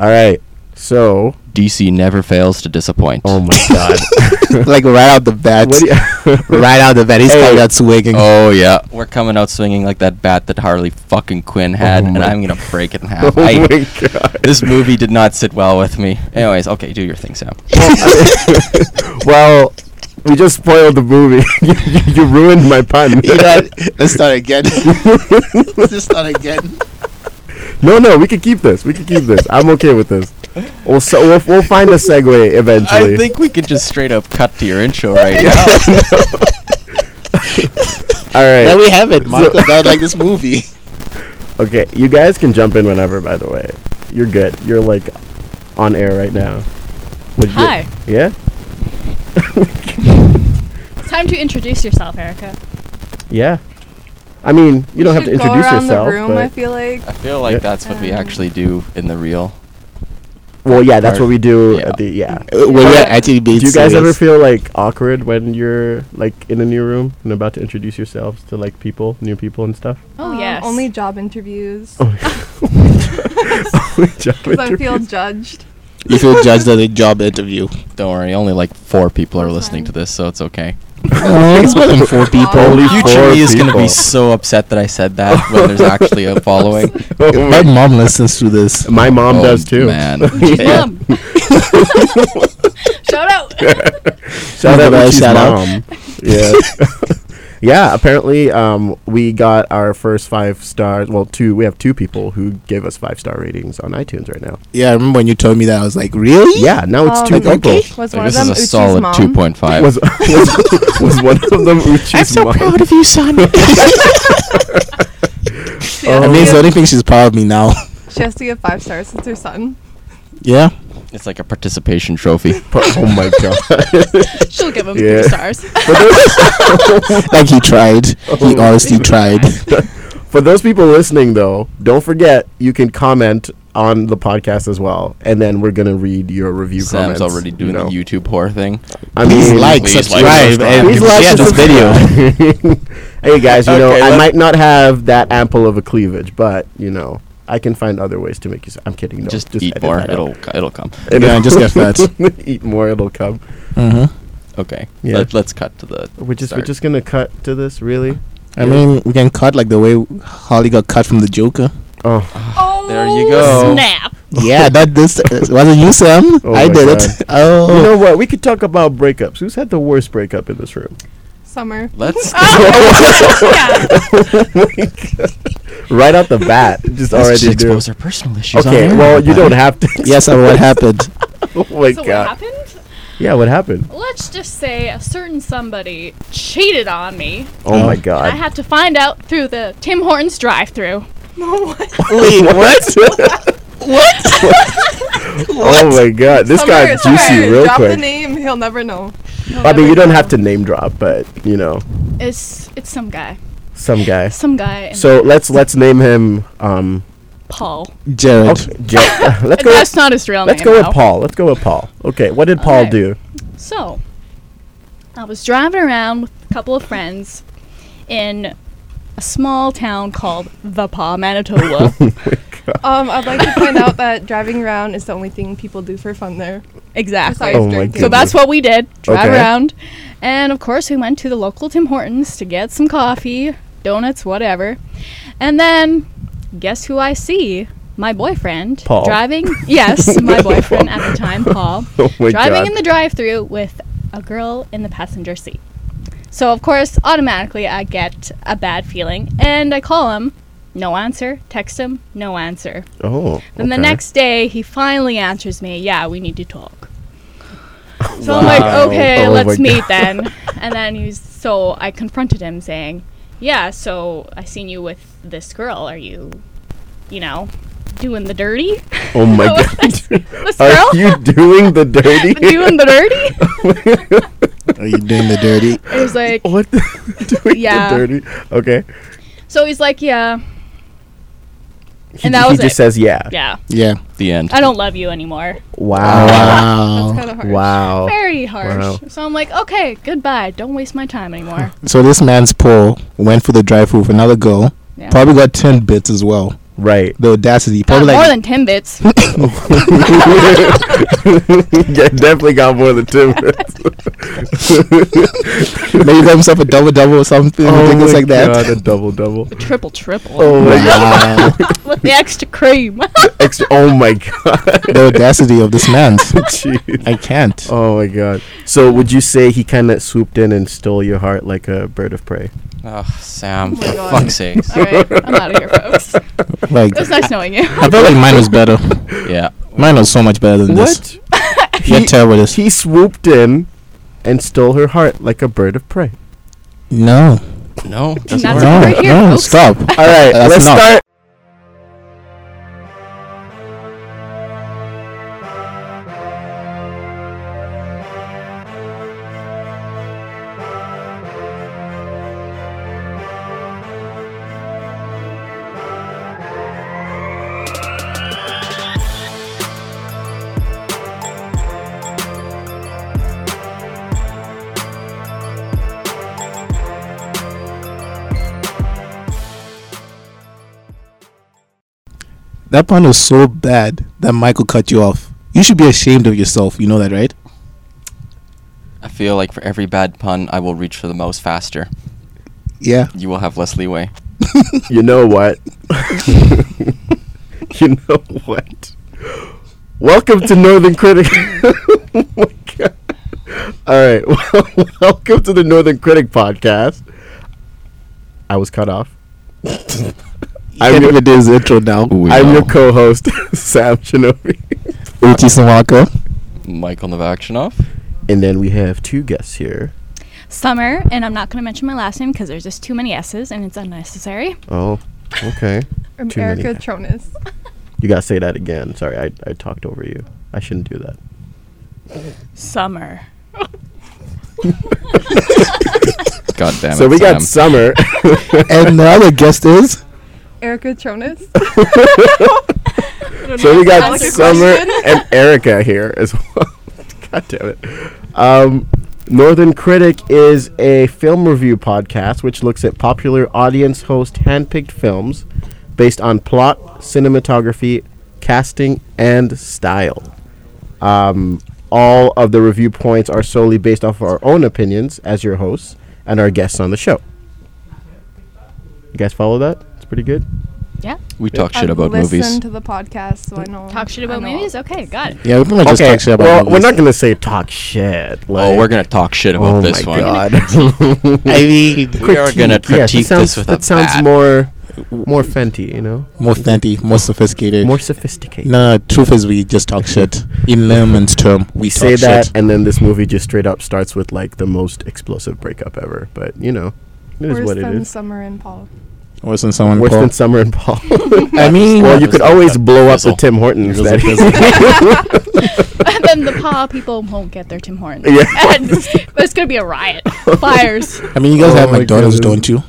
All right. So, DC never fails to disappoint. oh my god. like right out the bat. what do you right out the bat. He's Hey. coming out swinging. Oh yeah, we're coming out swinging like that bat that Harley fucking Quinn had, Oh and my- I'm gonna break it in Oh half. I- my god. this movie did not sit well with me. Anyways, okay, do your thing, Sam. well, we just spoiled the movie. you, you- you ruined my pun. You know what? Let's start again. Let's start again. no, no, we can keep this. We can keep this. I'm okay with this. We'll so we'll, we'll find a segue eventually. I think we could just straight up cut to your intro right now. All There right. we have it, Marco. That was like this movie. Okay, you guys can jump in whenever. By the way, you're good. You're like on air right now. Would you- Hi. Yeah. Time to introduce yourself, Erica. Yeah. I mean, you don't have to should introduce go around yourself. The room, but- I feel like. I feel like Yeah. that's what we actually do in the real. well, yeah, that's Or- what we do yeah. at the yeah. Where we're actually being Do you guys ever serious. feel like awkward when you're like in a new room and about to introduce yourselves to like people, new people and stuff? Oh, um, yes. Only job interviews. Oh, Because I feel judged. You feel judged at a job interview. Don't worry, only like four people are listening to this, so it's okay. Oh, it's more than four people. Only Future me is gonna be so upset that I said that when there's actually a following. My mom listens to this. Oh, My mom Oh, does too. Man, Yeah. Mom. Shout out. Shout out Shout out, Richie's shout out. mom. Yeah. yeah, apparently um, we got our first five stars. Well, two. We have two people who gave us five star ratings on iTunes right now. Yeah, I remember when you told me that. I was like, really? Yeah, now it's two Um, people. okay. Was Like, one this is of them a Uchi's solid mom? 2.5. Was, was, was one of them Uchi's mom? of you, son. Yeah. Oh, I mean, it's the only thing she's proud of me now. She has to get five stars. It's her son. Yeah. it's like a participation trophy. Pro- oh my god. She'll give him Yeah. three stars. Like he tried. He Oh. honestly tried. For those people listening, though, don't forget you can comment on the podcast as well, and then we're gonna read your review Sam's comments. already doing you know. the YouTube whore thing. I Please mean, like, please like, subscribe, subscribe. and Please like share and this video. subscribe. hey guys, you know Okay, I let- might not have that ample of a cleavage, but you know I can find other ways to make you. s- I'm kidding. No, just, edit eat more. that out. It'll c- it'll come. And Yeah, just get fat. eat more. It'll come. Uh-huh. Okay. Yeah. Let, let's cut to the. We're just Sorry. we're just gonna cut to this, really. I mean, we can cut like the way Holly got cut from the Joker. Oh, Oh, There you go. Snap. Yeah, that this wasn't you, Sam. Oh I my did God. it. Oh, you know what? We could talk about breakups. Who's had the worst breakup in this room? Summer. Let's yeah. right out the bat. Just let's already just do. expose our personal issues. on Okay, air. well you don't have to. yes, Sam, what happened? oh my So what god. happened? yeah, what happened? Let's just say a certain somebody cheated on me. Oh, Oh. my And I god. I had to find out through the Tim Hortons drive-through. Wait, what? Oh my god, this Summer, got Summer, juicy real Drop the quick. name. He'll never know. I mean, you don't have to name drop, but you know, It's it's some guy, some guy. some guy. And So let's let's name him. Um, Paul. Jared. okay, Ja- let's go. That's not his real Let's name. go with though. Paul. Let's go with Paul. Okay, what did Paul Alright. do? So, I was driving around with a couple of friends in a small town called The Paw, Manitoba. Um, I'd like to point out that driving around is the only thing people do for fun there. exactly. Besides Oh my drinking. So that's what we did. Drive Okay. around. And of course, we went to the local Tim Hortons to get some coffee, donuts, whatever. And then, guess who I see? My boyfriend. Paul. Driving. Yes, my boyfriend at the time, Paul. Oh my driving god. in the drive-through with a girl in the passenger seat. So of course, automatically I get a bad feeling, and I call him. No answer. Text him. No answer. oh. Then the okay. next day, he finally answers me. Yeah, we need to talk. So I'm Wow. like, okay, Oh let's my meet then. And then he's so I confronted him, saying, "Yeah, so I seen you with this girl. Are you, you know, doing the dirty? Oh my With god. this, this girl Are you doing the dirty? doing the dirty?" Are you doing the dirty? It was like, what? doing Yeah. the dirty? Okay. so he's like, yeah, He, And that he was just it. says yeah. yeah, Yeah. the end. I don't love you anymore. Wow. Oh, That's Wow. kind of harsh. Wow. Very harsh. Oh. Wow. So I'm like, okay, goodbye. Don't waste my time anymore. So this man's Paul went for the drive-through with another girl. Yeah. Probably got ten bits as well. Right. The audacity. Got Probably more like than Timbits. yeah, definitely got more than two. maybe got himself a double double or something ridiculous like Oh God, a that. double double. triple, triple. Oh my Wow. With the extra cream. Extra, oh my god. the audacity of this man. Jeez. I can't. Oh my god. So would you say he kind of swooped in and stole your heart like a bird of prey? Oh, Sam, my for God. fuck's sake. All right, I'm out of here, folks. It Like was nice knowing you. I felt like mine was better. Yeah. Mine was so much better than this. You're He- terrible at this. He swooped in and stole her heart like a bird of prey. No. No, doesn't work. That's a- No, right here, no, folks. stop. All right, That's let's enough. start. That pun was so bad that Michael cut you off. You should be ashamed of yourself. You know that, right? I feel like for every bad pun, I will reach for the mouse faster. Yeah. You will have less leeway. You know what? you know what? Welcome to Northern Critic. oh my god. All right. Well, welcome to the Northern Critic podcast. I was cut off. I'm I'm your- gonna do his intro now. I'm your co-host, Sam Shinobi. Uchi Sawaka. Michael Novachinov. And then we have two guests here. Summer, and I'm not going to mention my last name because there's just too many S's and it's unnecessary. Oh, okay. Um, Too many. Erica Tronis. You gotta say that again. Sorry, I, I talked over you. I shouldn't do that. Summer. God damn it. so we got Sam. Summer. and the other guest is Erica Tronis. so we got Ask a Summer and Erica here as well. God damn it. Um, Northern Critic is a film review podcast which looks at popular audience host handpicked films based on plot, cinematography, casting, and style. Um, all of the review points are solely based off our own opinions as your hosts and our guests on the show. You guys follow that? It's pretty good. Yeah. We talk shit I've about listened movies. to the podcast, so I know. Talk shit I about know. movies? Okay, got it. yeah. We're gonna just talk shit about well, we're movies. not gonna say talk shit. Oh, like- we're going to talk shit about Oh this my one. god. I mean, We are going to Yes, that critique sounds- this with that a sounds bat. more more Fenty, you know, more fancy, more sophisticated. more sophisticated. no, no, truth is, we just talk shit in layman's term. We we say talk that, shit. and then this movie just straight up starts with like the most explosive breakup ever. But you know, it is Worse what it than is. Summer and Paul. Worse than someone. Worse call. than Summer and Paul. I mean, well, you That could was always like a blow up the fizzle. Tim Hortons. Fizzle, That fizzle. and then the paw people won't get their Tim Hortons. Yeah. And there's going to be a riot. Fires. I mean, you guys Oh have my McDonald's, goodness. don't you?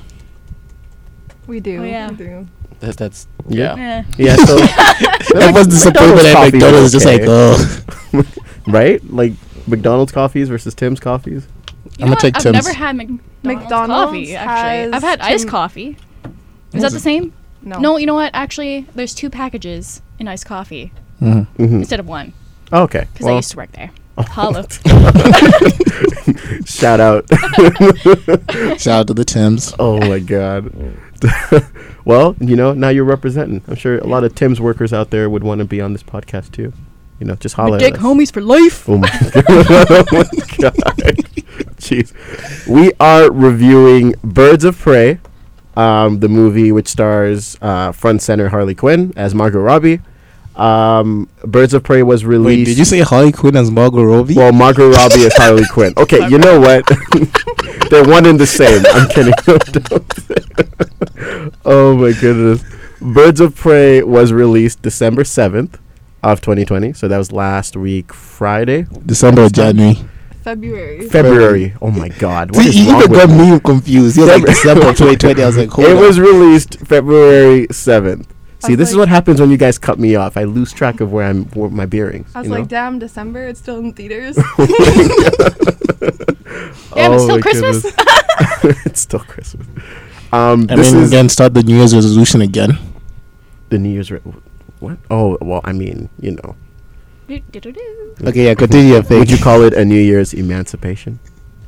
We do. Oh, yeah. We do. That, that's, Yeah. yeah. Eh. yeah, so Everyone's disappointed at coffee is McDonald's. Just like, okay. oh, right? Like McDonald's coffees versus Tim's coffees. I'ma You know what? take I've Tim's. never had McDonald's, McDonald's coffee, actually. has I've had iced Tim- coffee. Is that the same? No. No, you know what? Actually, there's two packages in iced coffee Mm-hmm. instead of one Oh, okay. because I Well, used to work there. Hello. shout out. shout out to the Tims. Oh my god. well, you know, now you're representing. I'm sure a lot of Tim's workers out there would want to be on this podcast too. You know, just holler Dick at us. homies for life. Oh my god. oh my god. Jeez. We are reviewing Birds of Prey, um, the movie which stars uh, front center Harley Quinn as Margot Robbie. Um, Birds of Prey was released. Wait, did you say Harley Quinn as Margot Robbie? Well, Margot Robbie is Harley Quinn. Okay, you know what? They're one and the same. I'm kidding. oh my goodness. Birds of Prey was released December 7th of 2020. So that was last week, Friday, December or January? February. February. Oh my God. What See, is you wrong even with got me? me confused. You're like February. December of 2020. I was like, hold It on. was released February 7th. See, was this is like- what happens when you guys cut me off. I lose track of where I'm, where my bearings. I was you know? like, damn, December. It's still in theaters. Oh, Damn, Oh it's still my Christmas? goodness. it's still Christmas. Um, I this mean, is again, start the New Year's resolution again. the New Year's. Re- what? Oh, well, I mean, you know. Do, do, do, do. Okay, yeah, continue your thing. Would you call it a New Year's emancipation?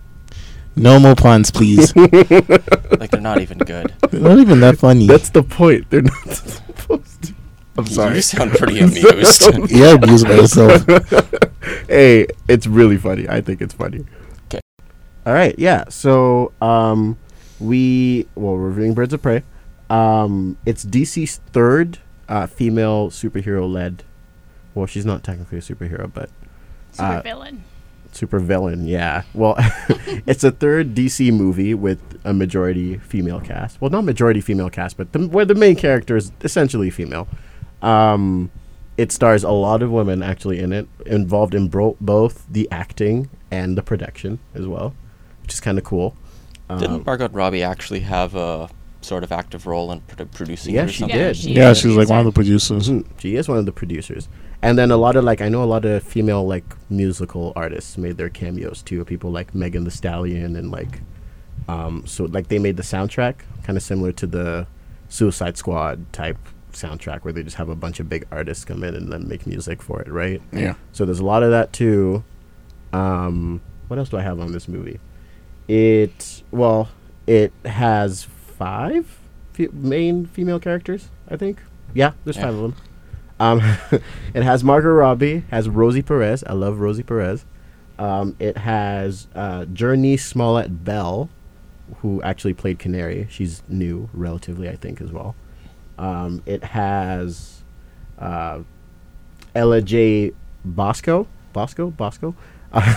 no more puns, please? Like they're not even good. not even that funny. That's the point. They're not supposed to. I'm sorry. You sound pretty amused. yeah, abused by yourself. hey, it's really funny. I think it's funny. 'Kay. All right. Yeah. So, um, we well we're reviewing Birds of Prey. Um, it's DC's third uh, female superhero led. Well, she's not technically a superhero, but Super Uh, villain. super villain. Yeah. Well, it's the third DC movie with a majority female cast. Well, not majority female cast, but the, where the main character is essentially female. Um, it stars a lot of women actually in it, involved in bro- both the acting and the production as well, which is kind of cool. Didn't Margot Robbie actually have a sort of active role in produ- producing? Yeah, it or she something? did. yeah, is she's like one of producer. the producers. Mhm. She is one of the producers. And then a lot of like I know a lot of female like musical artists made their cameos too. People like Megan the Stallion and like um so like they made the soundtrack kind of similar to the Suicide Squad type soundtrack where they just have a bunch of big artists come in and then make music for it, right? Yeah. So there's a lot of that too. Um, what else do I have on this movie? It well, it has five fe- main female characters, I think. Yeah, there's Yeah. five of them. Um, it has Margot Robbie, has Rosie Perez. I love Rosie Perez. Um, it has uh, Journey Smollett Bell, who actually played Canary. She's new, relatively, I think, as well. Um, it has uh, Ella J. Bosco, Bosco, Bosco. Uh,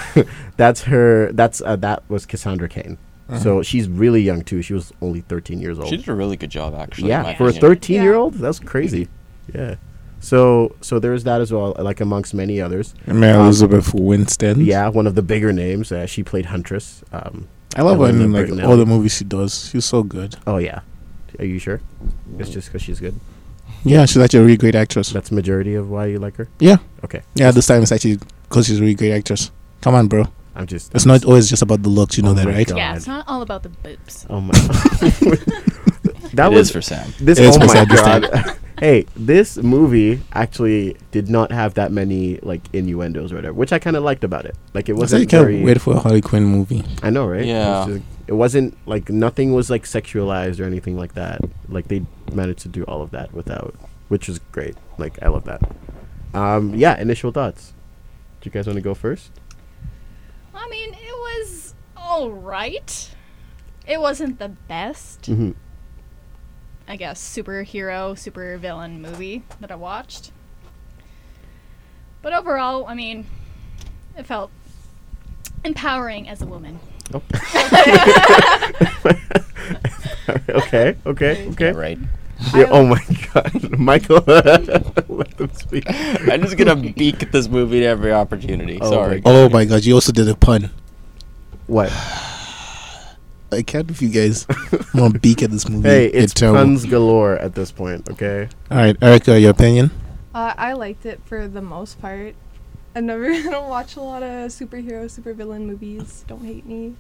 that's her. That's uh, that was Cassandra Kane. Uh-huh. So she's really young too. She was only 13 years old. She did a really good job, actually. in yeah, my for a opinion. 13 year Yeah. old, that's crazy. Yeah. So so there's that as well, like amongst many others. Mary Elizabeth Winston. Yeah, one of the bigger names. Uh, she played Huntress. Um, I love her Ellen in like Brittnell. all the movies she does. She's so good. oh yeah. Are you sure? It's just because she's good. Yeah, she's actually a really great actress. That's majority of why you like her. yeah, Okay. yeah. This time it's actually because she's a really great actress. Come on, bro. I'm just. It's not always just about the looks. You know Oh that, my right? God. Yeah, it's not all all about the boobs. Oh my. that It was is for Sam. this. It is oh for my sad to god. hey, this movie actually did not have that many like innuendos or whatever, which I kind of liked about it. Like it I said you wasn't very. can't wait for a Harley Quinn movie. I know, right? It was Yeah. just- it wasn't like nothing was like sexualized or anything like that. Like they managed to do all of that without, which is great. Like I love that. Um, yeah. Initial thoughts. Do you guys want to go first? I mean, it was all right. It wasn't the best, Mhm. I guess, superhero, supervillain movie that I watched. But overall, I mean, it felt empowering as a woman. Oh. okay. Okay. Okay. Yeah, right. Yeah, oh my God, Michael, let them speak. I'm just gonna beak at this movie to every opportunity. Oh Sorry. my Oh my god, you also did a pun. What? I can't with you guys. I'm on beak at this movie. Hey, You're it's terrible. puns galore at this point. Okay. All right, Erica, your opinion? Uh, I liked it for the most part. I never I don't watch a lot of superhero, supervillain movies. Don't hate me.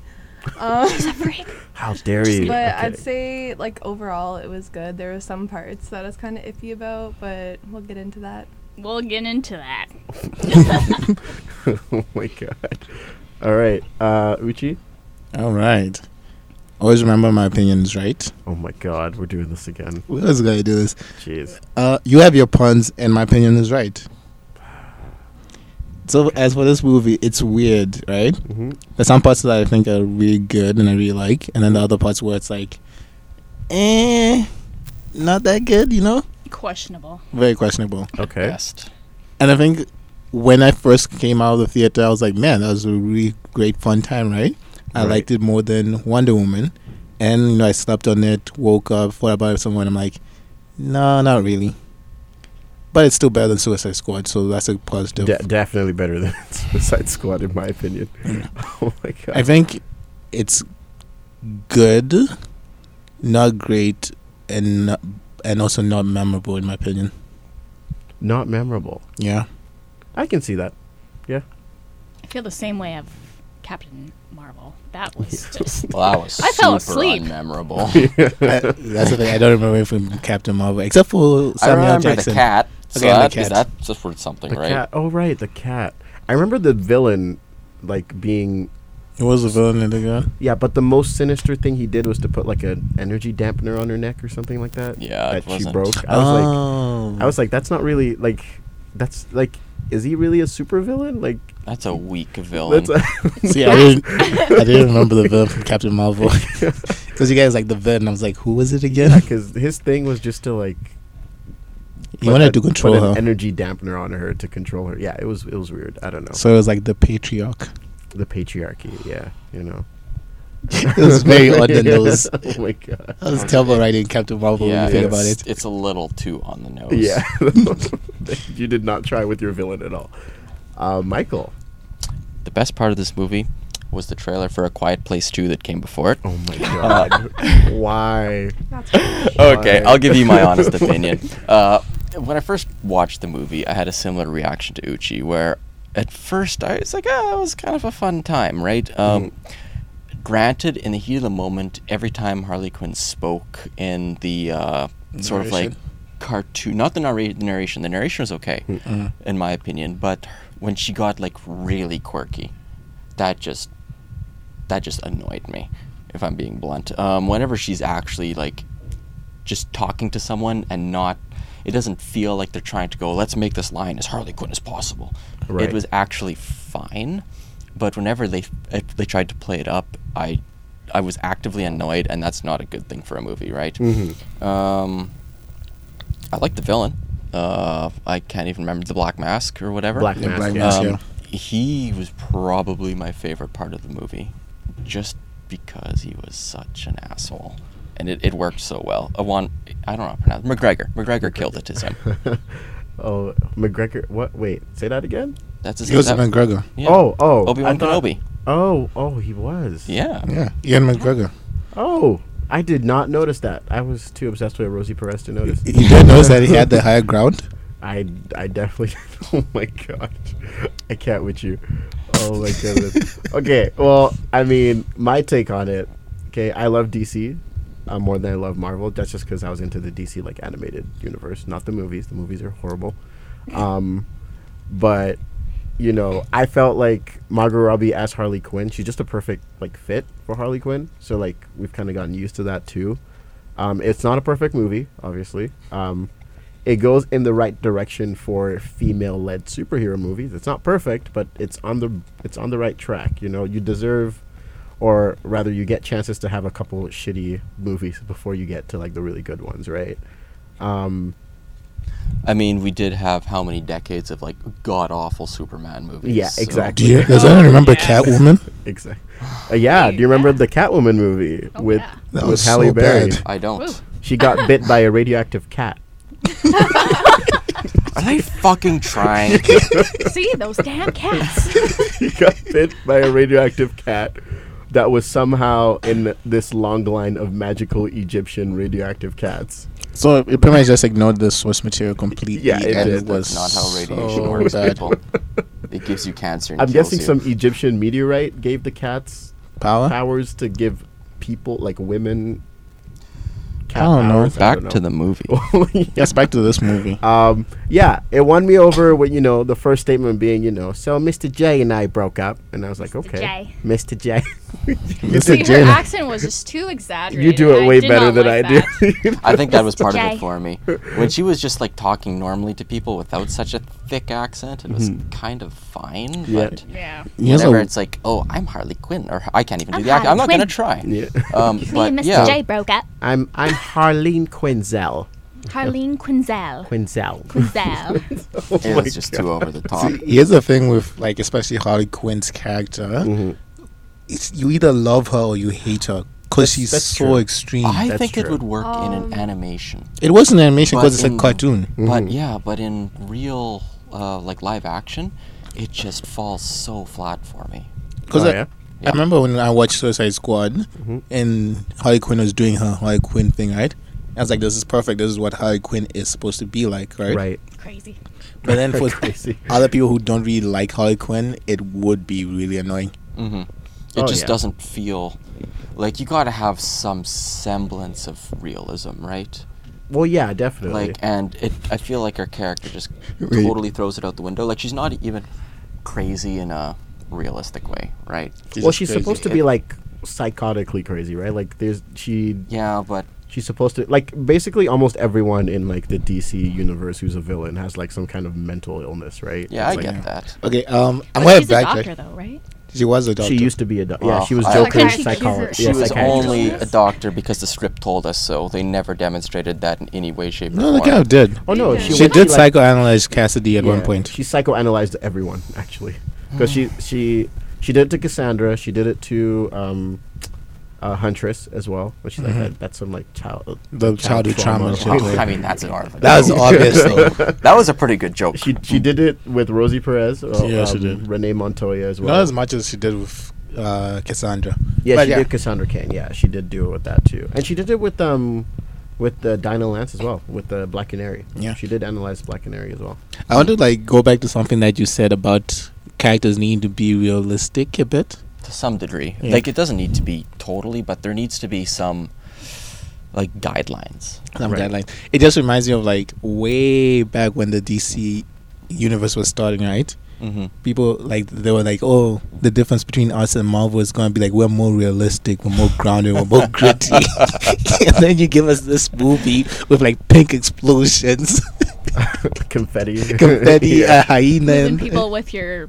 Um, How dare you? but I'd say like overall it was good. There were some parts that I was kind of iffy about, but we'll get into that. We'll get into that. oh my God. All right, uh, Uchi. All right. Always remember my opinions, right? Oh my God, we're doing this again. We always gotta do this. Jeez. Uh, you have your puns, and my opinion is right. So as for this movie, it's weird, right? Mm-hmm. There's some parts that I think are really good and I really like, and then the other parts where it's like, eh, not that good, you know? Questionable. Very questionable. Okay. Best. And I think when I first came out of the theater, I was like, man, that was a really great fun time, right? I Right. liked it more than Wonder Woman. And, you know, I slept on it, woke up, thought about it somewhere, and I'm like, no, not really. But it's still better than Suicide Squad, so that's a positive. De- definitely better than Suicide Squad, in my opinion. oh my God. I think it's good, not great, and not, and also not memorable, in my opinion. Not memorable. Yeah. I can see that. I feel the same way I've Captain Marvel. That was just Well, that was I super fell asleep. unmemorable. I, that's the thing. I don't remember it from Captain Marvel, except for I Samuel remember Jackson. the cat. So Okay, and the that, is cat. that just for something, The right? cat. Oh, right, the cat. I remember the villain, like being It was a villain in the gun. yeah. But the most sinister thing he did was to put like an energy dampener on her neck or something like that. Yeah, that it she wasn't- broke. I was like, oh. I was like, that's not really like, that's like, is he really a supervillain? Like, That's a weak villain. that's a See, I didn't, I didn't remember the villain from Captain Marvel because you guys like the villain. I was like, who was it again? because his thing was just to like. He put wanted a- to control put an her, energy dampener on her to control her. Yeah, it was it was weird. I don't know. so it was like the patriarch. the patriarchy. Yeah, you know. It was very on the nose. oh my god. That was terrible writing Captain Marvel yeah, when you think it's, about it. it's a little too on the nose. Yeah, you did not try with your villain at all. Uh, Michael. The best part of this movie was the trailer for A Quiet Place 2 that came before it. Oh my Uh, god. Why? That's cool. okay, Why? I'll give you my honest opinion. Uh, when I first watched the movie, I had a similar reaction to Uchi, where at first I was like, "Ah, it was kind of a fun time, right?" Um, Granted, in the heat of the moment, every time Harley Quinn spoke in the uh, sort of like Narration. cartoon, not the, narra- the narration, the narration was okay, Mm. in my opinion, but when she got like really quirky, that just that just annoyed me if i'm being blunt um, whenever she's actually like just talking to someone and not it doesn't feel like they're trying to go let's make this line as harley quinn as possible Right. it was actually fine but whenever they if they tried to play it up i i was actively annoyed and that's not a good thing for a movie right Mm-hmm. um i like the villain uh i can't even remember the black mask or whatever Black Yeah, Mask. Black yeah. Mask. um, yeah. He was probably my favorite part of the movie, just because he was such an asshole, and it, it worked so well. I want I don't know how to pronounce McGregor. McGregor killed it as him. Oh, McGregor. What? Wait, say that again. That's his It was that- McGregor. yeah. Oh, oh. Obi I Wan thought- Kenobi. Oh, oh, he was. Yeah. Yeah, Ian McGregor. Oh, I did not notice that. I was too obsessed with Rosie Perez to notice. You did notice that he had the higher ground. I, I definitely. Oh my god, I can't with you. Oh my goodness. okay, well, I mean, my take on it. Okay, I love DC uh, more than I love Marvel. That's just because I was into the DC like animated universe, not the movies. The movies are horrible. Um, but you know, I felt like Margot Robbie as Harley Quinn. She's just a perfect like fit for Harley Quinn. So like we've kind of gotten used to that too. Um, it's not a perfect movie, obviously. Um, it goes in the right direction for female-led superhero movies. It's not perfect, but it's on the it's on the right track. You know, you deserve, or rather, you get chances to have a couple shitty movies before you get to like the really good ones, right? Um, I mean, we did have how many decades of like god awful Superman movies? Yeah, so- exactly. Do you, does Oh, anyone remember Catwoman? exactly. Uh, yeah. Do you remember the Catwoman movie Oh, with yeah. That with was Halle so Berry? bad. I don't. Woo. She got bit by a radioactive cat. Are they fucking trying? see those damn cats. he got bit by a radioactive cat that was somehow in this long line of magical Egyptian radioactive cats. So it pretty much just ignored the source material completely. Yeah, it and did. it was That's not how radiation so works, bad. people. It gives you cancer. And I'm kills guessing you. some Egyptian meteorite gave the cats Power. powers to give people, like women, cat I don't know. powers. I Back don't to the movie. know. Yes, back to this movie. um, yeah, it won me over with, you know, the first statement being, you know, so Mr. J and I broke up. And I was like, okay. J. Mr. J. See, Mr. her Jane. accent was just too exaggerated. you do it and I way did better not than like I that. do. I think that was part of Jay. it for me. When she was just like talking normally to people without such a thick accent, it was kind of fine. Mm-hmm. Yeah. But Yeah. You know, whenever it's like, oh, I'm Harley Quinn, or I can't even do I'm the accent. I'm not Harley gonna try. Yeah. Um, but yeah, broke up. I'm I'm Harlene Quinzel. Harlene Quinzel. Quinzel. Quinzel. it was just too over the top. See, here's the thing with like especially Harley Quinn's character. Mm-hmm. It's, you either love her or you hate her because she's that's so true. extreme. I That's think it true. would work in an animation, it wasn't animation But because it's a in- cartoon. Mm-hmm. but yeah, but in real, uh, like live action, it just falls so flat for me. Because Oh, I, yeah? Yeah. I remember when I watched Suicide Squad Mm-hmm. and Harley Quinn was doing her Harley Quinn thing, right? I was like, this is perfect. This is what Harley Quinn is supposed to be like, right? Right. Crazy. But then for Crazy. other people who don't really like Harley Quinn, it would be really annoying. hmm It Oh, just yeah. doesn't feel like you got to have some semblance of realism, right? Well, yeah, definitely. Like, and it, I feel like her character just Wait. totally throws it out the window. Like, she's not even crazy in a realistic way, right? well, just she's crazy. supposed to be like psychotically crazy, right? Like there's she Yeah, but she's supposed to like basically almost everyone in like the DC universe who's a villain has like some kind of mental illness, right? yeah, I It's like- get that. Okay, um, I'm But gonna she's a backtrack. doctor, though, right? She was a doctor. She used to be a doctor. yeah, Well, she was I- Joker's Psychiatrist. psychologist. She's She Yeah, was psychiatrist. only a Illness? doctor because the script told us so. They never demonstrated that in any way, shape, or No, form. they kind of did. Oh no, she, She, went- did like- psychoanalyze Cassidy at one yeah, point. She psychoanalyzed everyone actually, Hmm. because she she she did it to Cassandra. She did it to um, uh, Huntress as well. But she's like that, that's some like child The childhood trauma. shit, Oh, like- Mm-hmm. I mean, that's an art. that was obvious though. that was a pretty good joke. She she did it with Rosie Perez. Or, Yeah, she um, did. Renee Montoya as well. Not as much as she did with uh, Cassandra. Yeah, But she did Cassandra Kane. Yeah, she did do it with that too, and she did it with um, with the Dinah Lance as well, with the Black Canary. Yeah. she did analyze Black Canary as well. I want to like go back to something that you said about characters needing to be realistic a bit. to some degree. Yeah. Like it doesn't need to be totally, but there needs to be some like guidelines. Some Right. guidelines. It just reminds me of like way back when the DC universe was starting, right? Mm-hmm. People like they were like, "Oh, the difference between us and Marvel is going to be like we're more realistic, we're more grounded, we're more gritty." and then you give us this movie with like pink explosions, Confetti, uh, confetti, yeah. a hyena, Moving and people with your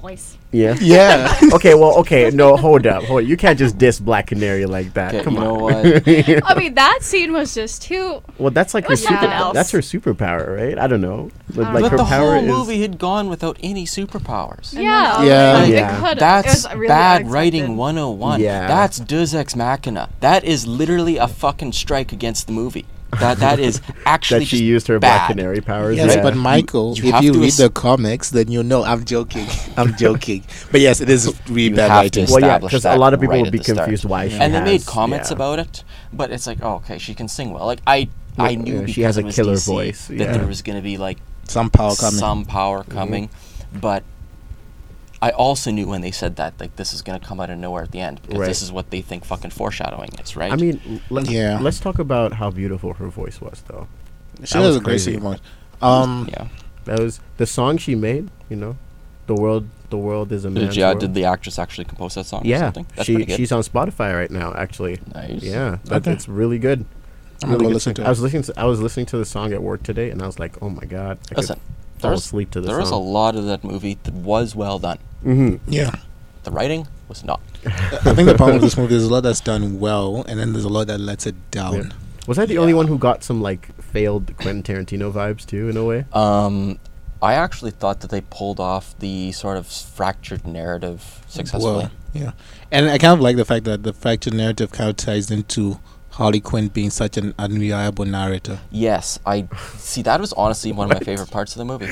voice. yeah. yeah. Okay, well, okay, no, hold up, hold. You can't just diss Black Canary like that. Okay, Come you on. know what? I mean, that scene was just too. Well, that's like her was super, something else. Uh, that's her superpower, right? I don't know, but like don't know. but her the power whole is movie had gone without any superpowers. Yeah. Yeah. Like, Oh, Yeah. It could, That's it was really bad unexpected. writing 101. Yeah. That's Deus Ex Machina. That is literally a fucking strike against the movie. That that is actually that she just used her Black bad. Canary powers. Yes, yeah. but Michael, you if have you to read ass- the comics, then you know I'm joking. I'm joking. But yes, it is really You bad have writing. to well, yeah, establish because a that lot of people right would at be the start. confused why she and they made has- comments yeah. about it, but it's like, oh, okay, she can sing well. Like I, I Yeah, knew she has because a it was killer DC voice, that yeah. Mm-hmm. there was gonna be like Some power coming. some power coming, but I also knew when they said that like this is gonna come out of nowhere at the end because Right. this is what they think fucking foreshadowing is, right? I mean, let's, Yeah. let's talk about how beautiful her voice was, though. She That does was a great crazy. singing voice. Um, yeah, That was the song she made. You know, the world, the world is a did, man's yeah, world. did the actress actually compose that song? or yeah, something? that's she pretty good. she's on Spotify right now. Actually, nice. yeah, that, Okay. it's really good. I'm gonna Really go good listen sing- to I was it. listening. To, I was listening to the song at work today, and I was like, "Oh my god!" I Listen, could fall there's- asleep to the There was a song. lot of that movie that was well done. mm-hmm. Yeah, The writing was not. I think the problem with this movie is a lot that's done well, and then there's a lot that lets it down. Was I the only one who got some like failed Quentin Tarantino vibes too, in a way? Um, I actually thought that they pulled off the sort of fractured narrative successfully. Well, yeah, and I kind of like the fact that the fractured narrative kind of ties into Harley Quinn being such an unreliable narrator. Yes, I see. That was honestly one of my favorite parts of the movie,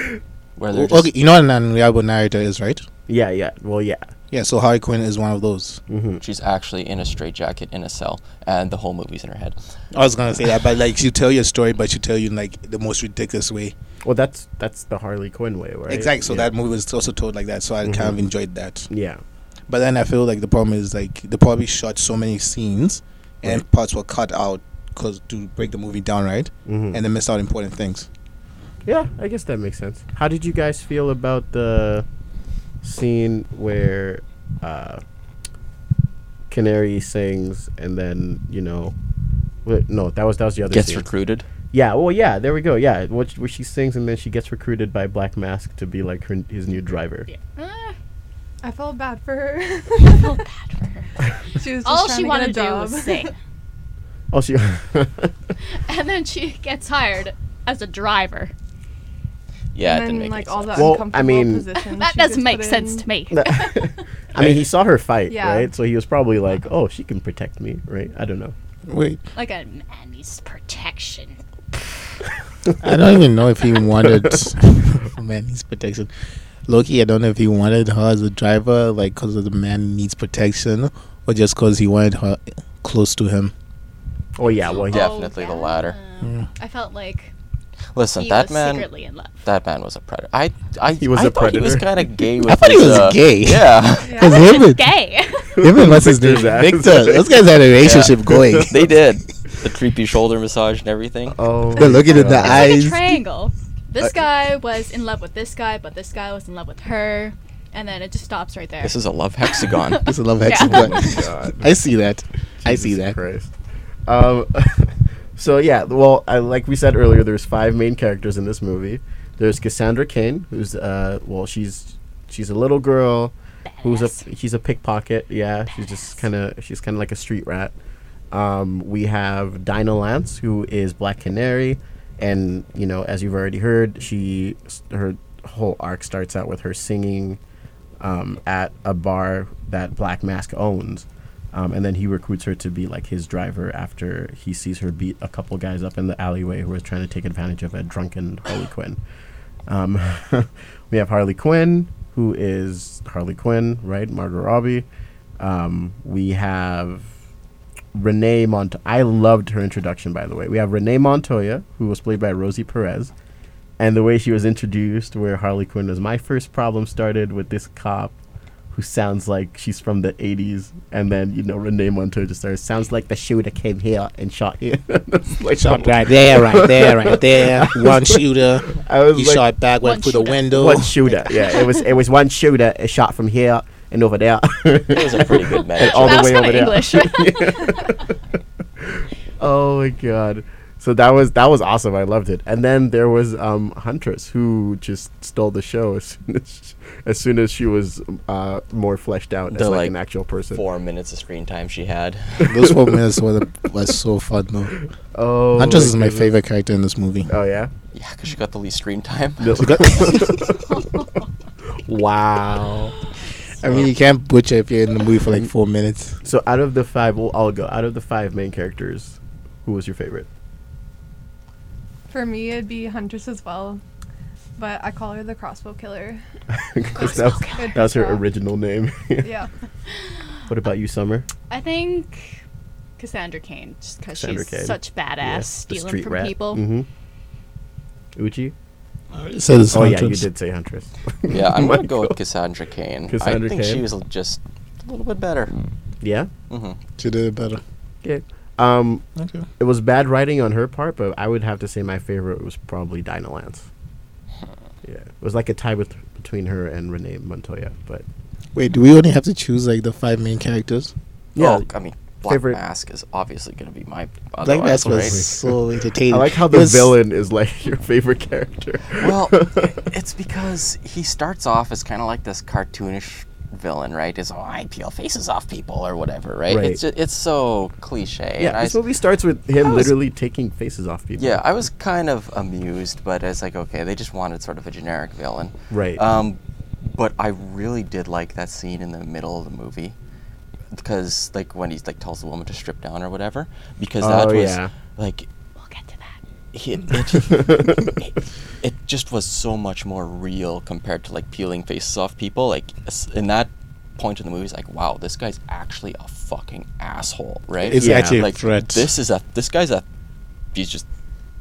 where they're just Okay, you know what an unreliable narrator is, right? Yeah, yeah. Well, yeah. Yeah, so Harley Quinn is one of those. Mm-hmm. she's actually in a straitjacket in a cell, and the whole movie's in her head. I was gonna say that, but like you tell your story, but you tell you in like the most ridiculous way. Well, that's that's the Harley Quinn way, right? Exactly. So yeah. that movie was also told like that. So I kind of enjoyed that. Yeah. But then I feel like the problem is like they probably shot so many scenes and parts were cut out because to break the movie down, right? Mm-hmm. And they missed out important things. Yeah, I guess that makes sense. How did you guys feel about the scene where uh, Canary sings and then you know? Wait, no, that was that was the other Gets scene. recruited. yeah, well, yeah, there we go. Yeah, what where she sings and then she gets recruited by Black Mask to be like her, his new driver. Ah, I felt bad for her. I felt bad for her. she was just All trying she to wanted to get a do job. was sing. Oh, she. And then she gets hired as a driver. Yeah, and it then didn't make like any all sense. the Well, I uncomfortable mean- positions That she doesn't gets make put sense in. to me. I mean, he saw her fight, Yeah. right? So he was probably like, "Oh, she can protect me," right? I don't know. Wait, like a man needs protection. I don't even know if he wanted. oh man, he's protection. Loki, I don't know if he wanted her as a driver, like because of the man needs protection, or just because he wanted her close to him. Oh yeah, well, yeah. Definitely the latter. I felt like Listen, he that was man. secretly in love. That man was a predator. I, I, He was I a thought He was predator. kind of gay. With thought he his, was uh, gay. Yeah, Yeah. Because him It's and, gay. him and what's his name? Victor's ass. Victor. Those guys had a relationship going. they did the creepy shoulder massage and everything. Oh, They're looking in the God. eye. Guys- It's like a triangle. Uh, This guy was in love with this guy, but this guy was in love with her, and then it just stops right there. This is a love hexagon. It's a love Yeah. hexagon. Oh my God. I see that. I see Jesus that. Christ. Um, so yeah, well, I, like we said earlier, there's five main characters in this movie. There's Cassandra Kane, who's uh, well, she's she's a little girl, who's a Badass. she's a pickpocket. Yeah, she's just kind of she's kind of like a street rat. Um, we have Dinah Lance, who is Black Canary, and you know, as you've already heard, she s- her whole arc starts out with her singing um, at a bar that Black Mask owns. Um, and then he recruits her to be like his driver after he sees her beat a couple guys up in the alleyway who was trying to take advantage of a drunken Harley Quinn. Um, we have Harley Quinn, who is Harley Quinn, right? Margot Robbie. Um, we have Renee Montoya. I loved her introduction, by the way. We have Renee Montoya, who was played by Rosie Perez and the way she was introduced, where Harley Quinn was my first problem started with this cop who sounds like she's from the 80s, and then you know Renee Montoya just started sounds like the shooter came here and shot here. like, Shot right there, right there, right there. One shooter. I was He like, shot back, went One through the shooter. window. one shooter. Yeah, it was it was one shooter, a shot from here and over there. It was a pretty good match. all the that was way kind over of there. English. oh my god. So that was that was awesome. I loved it. And then there was um, Huntress, who just stole the show as soon as, as soon as she was uh, more fleshed out as The, like, like, an actual person. Four minutes of screen time she had. Those four minutes were the, was so fun though. Oh, Huntress is my goodness. favorite character in this movie. Oh yeah. Yeah, 'cause she got the least screen time. wow. I mean, you can't butcher if you're in the movie for like four minutes. So out of the five, well, I'll go. Out of the five main characters, who was your favorite? For me, it'd be Huntress as well, but I call her the Crossbow Killer. 'Cause that, was, Good that was her job. original name. Yeah. What about you, Summer? I think Cassandra Kane, just because Cassandra she's Cain. such badass, the stealing street from rat. people. Mhm. Uchi. So this Oh yeah, you Huntress- did say Huntress. Yeah, I'm My gonna go with God. Cassandra Kane. Cassandra I think she Cain. was just a little bit better. Yeah. hmm She did it better. Okay. Um, Okay. it was bad writing on her part, but I would have to say my favorite was probably Dinah Lance. Yeah, it was like a tie with, between her and Renee Montoya, but Wait, do we only have to choose like the five main characters? Yeah. Oh, I mean, Black Favorite- Mask is obviously gonna be my. Black otherwise, Mask right? was so entertaining. I like how It the was- villain is like your favorite character. well, i- it's because he starts off as kind of like this cartoonish villain, right? Is oh, I peel faces off people or whatever, right? Right. It's just, it's so cliche. and yeah, I this s- movie starts with him I was- literally taking faces off people. yeah, I was kind of amused, but it's like okay, they just wanted sort of a generic villain, Right. Um, but I really did like that scene in the middle of the movie because, like, when he like tells the woman to strip down or whatever, because that Oh, was yeah. like We'll get to that. he- it, it, it just was so much more real compared to like peeling faces off people. Like s- in that point in the movie, it's like, wow, this guy's actually a fucking asshole, right? It's Yeah. actually like a threat. this is a this guy's a he's just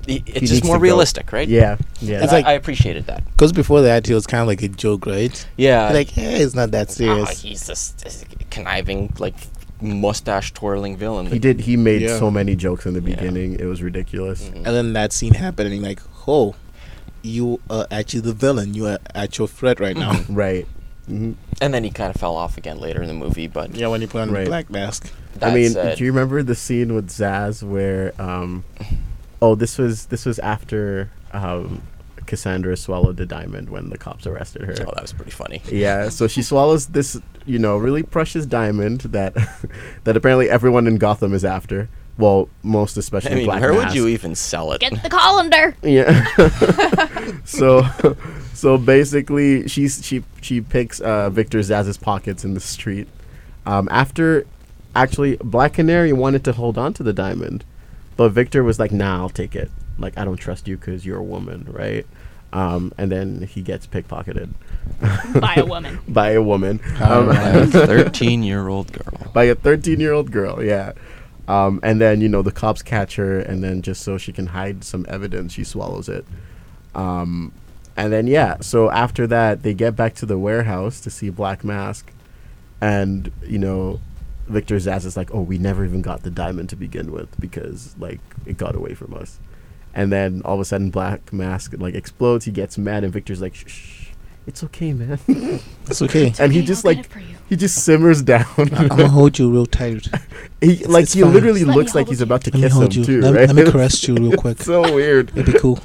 he, He it's needs just more to go. realistic, right? Yeah, yeah. it's It's like like- I, appreciated that. because before that he was kind of like a joke, right? Uh, Yeah, like, hey, it's not ah, that oh, serious. he's this, this conniving like mustache twirling villain. he did. He made Yeah. so many jokes in the Yeah. Mm-hmm. beginning; it was ridiculous. and then that scene happening, like, oh, you are actually the villain. You are actual threat right now. Right. hmm and then he kind of fell off again later in the movie, but yeah, when you put on Right. the black mask. I that's mean, it. do you remember the scene with Zaz where? Um, oh, this was this was after um, Cassandra swallowed the diamond when the cops arrested her. oh, that was pretty funny. Yeah, so she swallows this, you know, really precious diamond that that apparently everyone in Gotham is after. Well, most especially I mean, Black where Mask. would you even sell it? Get the colander. Yeah. so, so basically, she's she she picks uh, Victor Zaz's pockets in the street. Um, after, actually, Black Canary wanted to hold on to the diamond, but Victor was like, "Nah, I'll take it. Like, I don't trust you because you're a woman, right?" Um, and then he gets pickpocketed by a woman. by a woman. Oh, Um, man. Thirteen-year-old girl. by a 13 year old girl yeah Um, and then you know the cops catch her, and then just so she can hide some evidence, she swallows it. Um, and then yeah, so after that, they get back to the warehouse to see Black Mask, and you know, Victor Zaz is like, "Oh, we never even got the diamond to begin with because like it got away from us." And then all of a sudden, Black Mask like explodes. He gets mad, and Victor's like, "Shh, shh, it's okay, man." It's okay. and he Okay, just I'll get like it for you. he just simmers I'm gonna down. hold you real tight. he like it's he fine. literally Just let me looks like hold he's you. about to Let me kiss him hold you. too, let, me- right? let me caress you real quick. It's so weird. It'd be cool.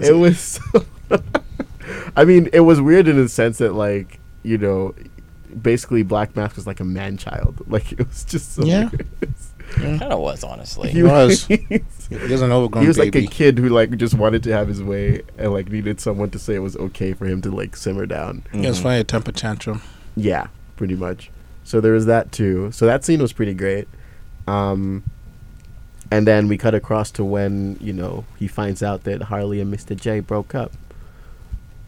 it was so I mean, it was weird in the sense that like, you know, basically Black Mask was like a man child. Like it was just so Yeah. weird. Kind of was honestly. He was. he He was an overgrown was like baby. a kid who like just wanted to have his way and like needed someone to say it was okay for him to like simmer down. Mm-hmm. It was probably a temper tantrum. Yeah, pretty much. So there was that too. So that scene was pretty great. Um, and then we cut across to when you know he finds out that Harley and Mr. J broke up,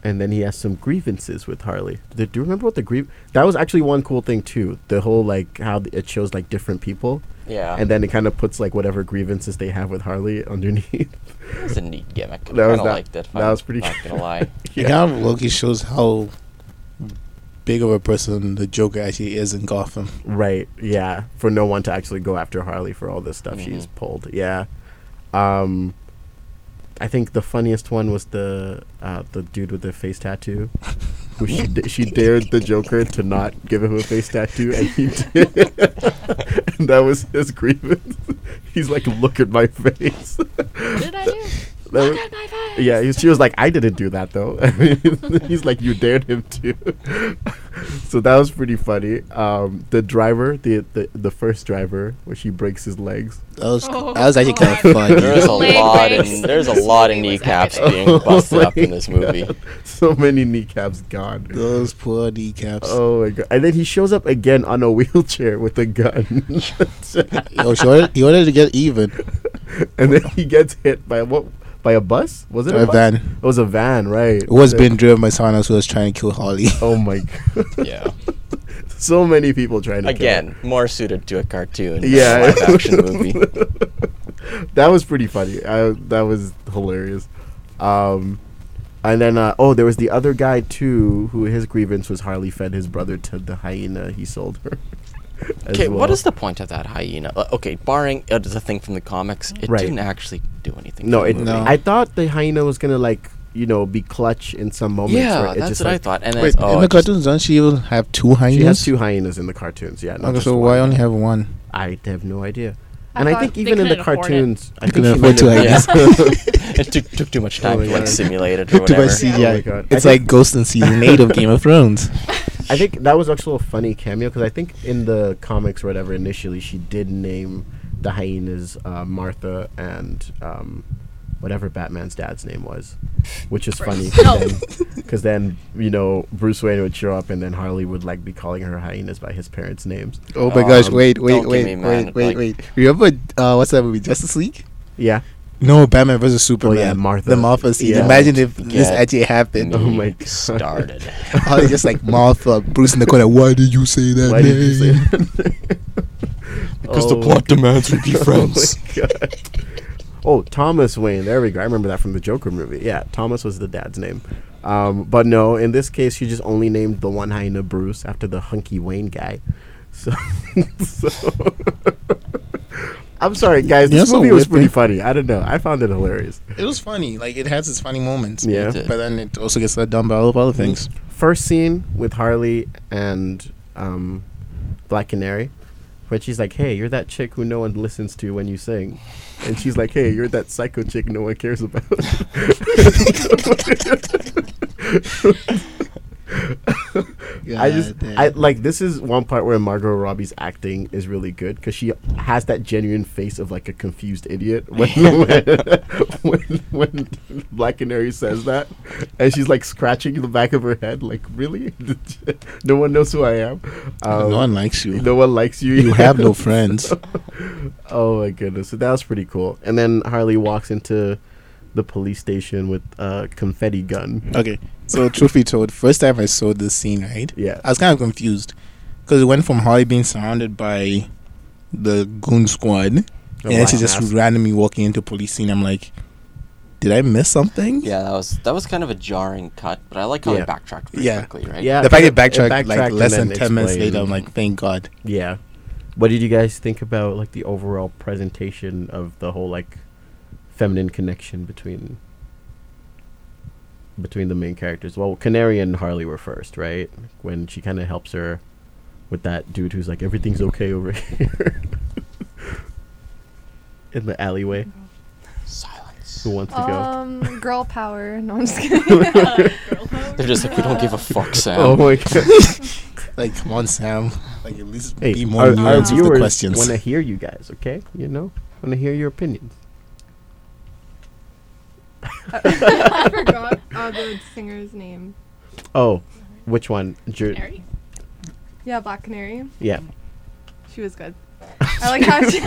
and then he has some grievances with Harley. Do, do you remember what the grieve? That was actually one cool thing too. The whole like how th- it shows like different people, yeah. and then it kind of puts like whatever grievances they have with Harley underneath. it was a neat gimmick. That was I that- liked it. if that I'm was pretty- Not gonna lie. It kind of Loki shows how big of a person the Joker actually is in Gotham. Right. Yeah. For no one to actually go after Harley for all this stuff she's Mhm. pulled. Yeah. Um, I think the funniest one was the uh, the dude with the face tattoo, who she d- she dared the Joker to not give him a face tattoo, and he did. and that was his grievance. He's like, look at my face. What did I do? That Look was- at my face. yeah, he- she was like, I didn't do that though. He's like, you dared him to. so that was pretty funny. Um, the driver, the, the the first driver, where she breaks his legs. That was Oh, that was actually kind of God. funny. There's a Leg lot breaks in in there's a this lot of movie was kneecaps epic. being busted up in this Oh my movie. God. So many kneecaps gone. Those poor kneecaps. Oh my god! And then he shows up again on a wheelchair with a gun, Yo, she wanted, he wanted to get even. and then he gets hit by what? By a bus? Was it a, A bus? van. It was a van, right? It was being driven by someone else who was trying to kill Holly. Oh my god! Yeah. So many people trying to kill him. Again, more suited to a cartoon. than Yeah. a Live action movie. that was pretty funny. I, that was hilarious. Um, and then, uh, oh, there was the other guy too, who his grievance was Harley fed his brother to the hyena he sold her. as Okay, what well. is the point of that hyena? Uh, okay, barring it is a thing from the comics, it Right. didn't actually do anything. No, for the it, movie. No. I thought the hyena was gonna like you know be clutch in some moments. Yeah, where it that's just, what I like- thought. And then Wait, oh, in the it just- cartoons, don't she even have two hyenas? She has two hyenas in the cartoons. Yeah. not Okay, just so one. why only have one? I have no idea. I and I thought think they even in the couldn't afford it. cartoons, I They think couldn't she afford might have- two hyenas. it took, took too much time Oh my to like God. simulate it or Hooked by whatever. Yeah. Oh my CGI. God. it's I like think- Ghost in season eight of Game of Thrones. I think that was actually a funny cameo because I think in the comics or whatever initially she did name the hyenas uh, Martha and um, whatever Batman's dad's name was, which is funny Bruce. No. because then, you know Bruce Wayne would show up and then Harley would like be calling her hyenas by his parents' names. Oh my gosh! Um, Wait, wait, don't give me wait, mad, wait, wait, like- wait. Remember uh, what's that movie? Justice League? Yeah. No, Batman versus Superman. Martha. The Martha scene. Yeah. Imagine if this Get actually happened. Oh Me my God. Started. I was just like Martha, Bruce in the corner. Why did you say that Why name? did you say that? Oh. demands we be Oh, my God. Oh, Thomas Wayne. There we go. I remember that from the Joker movie. Yeah, Thomas was the dad's name. Um, but no, in this case, she just only named the one hyena Bruce after the hunky Wayne guy. So, so I'm sorry, guys. This That's a movie was weird pretty thing. funny. I don't know. I found it hilarious. It was funny. Like it has its funny moments. Yeah. It did. But then it also gets let down by all of other things. First scene with Harley and um, Black Canary. When she's like, "Hey, you're that chick who no one listens to when you sing," and she's like, "Hey, you're that psycho chick no one cares about." I just I like this is one part where Margot Robbie's acting is really good because she has that genuine face of like a confused idiot when when, when, when Black Canary says that, and she's like scratching the back of her head like really, no one knows who I am. Um, no one likes you. no one likes you. You have no friends. oh my goodness, so that was pretty cool. And then Harley walks into the police station with a confetti gun. Okay. So truth be told, first time I saw this scene, right? Yeah. I was kind of confused because it went from Harley being surrounded by the goon squad, Oh, and then she wow. just randomly walking into police scene. I'm like, did I miss something? Yeah, that was that was kind of a jarring cut, but I like how Yeah. they backtracked pretty Yeah. quickly, right? Yeah, The fact it- it backtracked, it like backtracked less and than then ten minutes explained. later, I'm like, thank God. Yeah. What did you guys think about like the overall presentation of the whole like feminine connection between between the main characters? Well, Canary and Harley were first, right? When she kind of helps her with that dude who's like everything's okay over here in the alleyway Silence. who wants to go. Um, girl power. No, I'm just kidding. They're just like we don't give a fuck, Sam. Oh my god. Like, come on, Sam. Like, at least Hey, be more our, our nuanced with the viewers questions. want to hear you guys, okay? You know, want to hear your opinions. I forgot uh, the singer's name. Oh, which one? Jer- Canary? Yeah, Black Canary. yeah. She was good. I like how she.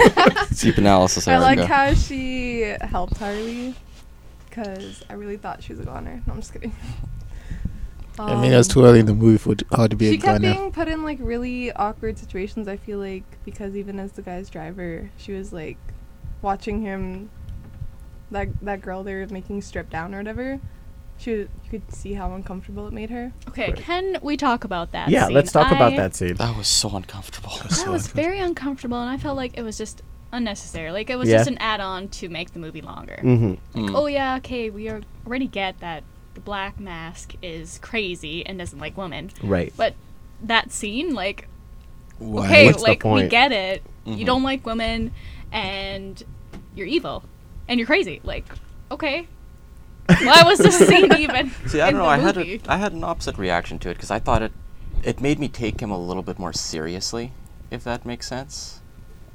Deep analysis. I Aaron, like go. how she helped Harley, because I really thought she was a goner. No, I'm just kidding. I mean, it was Um, too early in the movie for her to be she a kept gunner. being put in like really awkward situations i feel like because even as the guy's driver she was like watching him that that girl they were making strip down or whatever she was, you could see how uncomfortable it made her Okay, Right. can we talk about that? Yeah, scene? let's talk about I- that scene. that was so uncomfortable. That was very uncomfortable, and I felt like it was just unnecessary. Like it was Yeah. just an add-on to make the movie longer. Mm-hmm. Mm. Oh yeah, okay, we are already get that the Black Mask is crazy and doesn't like women, Right. but that scene, like, Why? okay, What's the like we point? Mm-hmm. get it. Mhm. You don't like women, and you're evil, and you're crazy. Like, okay. Why was this scene even? See, I in don't know. the I had movie? a, I had an opposite reaction to it because I thought it it made me take him a little bit more seriously, if that makes sense.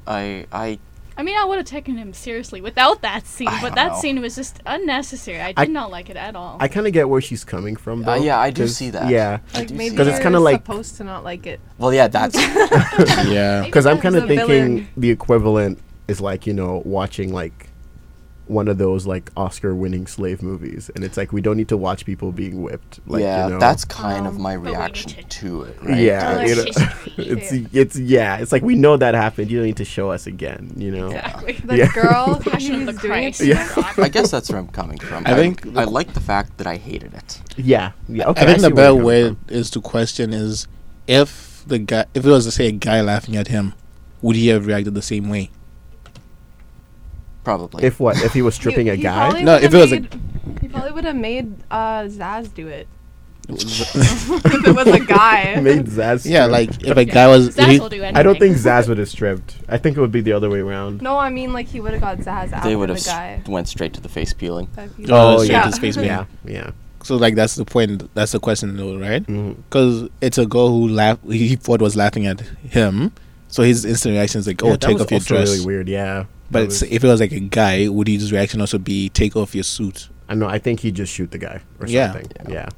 I I I mean, I would have taken him seriously without that scene, I but don't that know. scene was just unnecessary. I did I- not like it at all. I kind of get where she's coming from, though. uh, yeah I do 'cause- see that. Yeah, I like do maybe see because it's that. kinda kinda like- supposed to not like it well yeah that's yeah. because I'm Maybe kind of As a thinking villain. the equivalent is like you know watching like one of those like Oscar-winning slave movies, and it's like we don't need to watch people being whipped. Like, yeah you know, that's kind of Um, my we need reaction to- to it. Right? yeah. Oh, Like you know, history. it's it's yeah. It's like we know that happened. You don't need to show us again. You know. exactly. the Yeah. girl who Passion he of the was doing it Christ. to- Yeah. God. I guess that's where I'm coming from. I think the- I like the fact that I hated it. Yeah. Yeah. Okay. I think see the where you're better coming way from. is to question is if the guy, if it was to say a guy laughing at him, would he have reacted the same way? Probably. If what? If he was stripping he, a he guy? probably No, if would've it was a- made- he probably would have made uh, Zaz do it if it was a guy. Made Zaz. yeah, strip. like if a guy was, if Zaz he- will do anything. I don't think Zaz would have stripped. I think it would be the other way around. No, I mean like he would have got Zaz after they would the have guy. went straight to the face peeling. But he- Oh, Oh, straight yeah. to space Yeah. Yeah. So like that's the point. That's the question, though, right? Mhm. Because it's a girl who laughed. He thought was laughing at him. So his instant reaction is like, "Oh, Yeah, that take was off your also dress." Really weird. Yeah. But That it's, was- if it was like a guy, would his reaction also be take off your suit? I know. I think he just shoot the guy or Yeah. something. Yeah.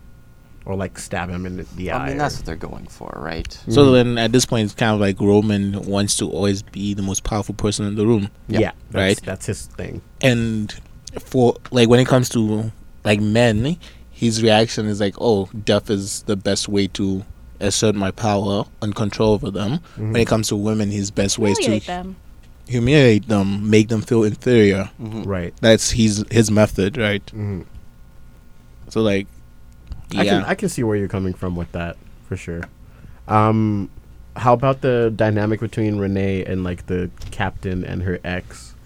Or like stab him in the, the eye. I mean, or- that's what they're going for, right? Mm. So then at this point, it's kind of like Roman wants to always be the most powerful person in the room, yeah. yeah, that's, right. That's his thing. and for like when it comes to like men, his reaction is like, "Oh, death is the best way to." Assert my power and control over them. When it comes to women, his best way is to Humiliate them. humiliate them, make them feel inferior. Mm-hmm. Right. That's his his method, right? So like, yeah, I can I can see where you're coming from with that for sure. Um, how about the dynamic between Renee and like the captain and her ex,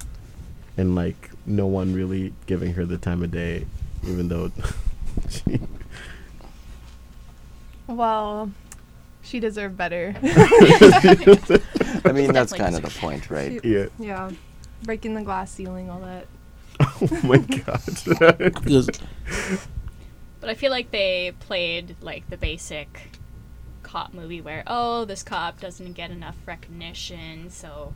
and like no one really giving her the time of day, even though. she, Well, she deserved better. I mean, that's Definitely kind of the doesn't point, right? yeah. yeah, breaking the glass ceiling, all that. Oh my god. because But I feel like they played like the basic cop movie where oh this cop doesn't get enough recognition, so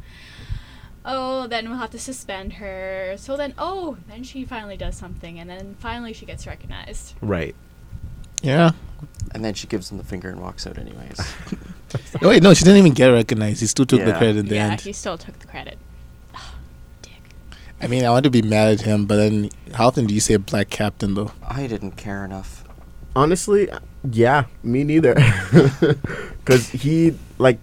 oh then we'll have to suspend her. So then oh then she finally does something, and then finally she gets recognized. right. yeah. And then she gives him the finger and walks out, anyways. Oh, wait, no, she didn't even get recognized. He still took the Yeah. credit in the yeah, end. he still took the credit. I mean, I want to be mad at him, but then how often do you say black captain though? I didn't care enough. Honestly, yeah, me neither. Because he, like,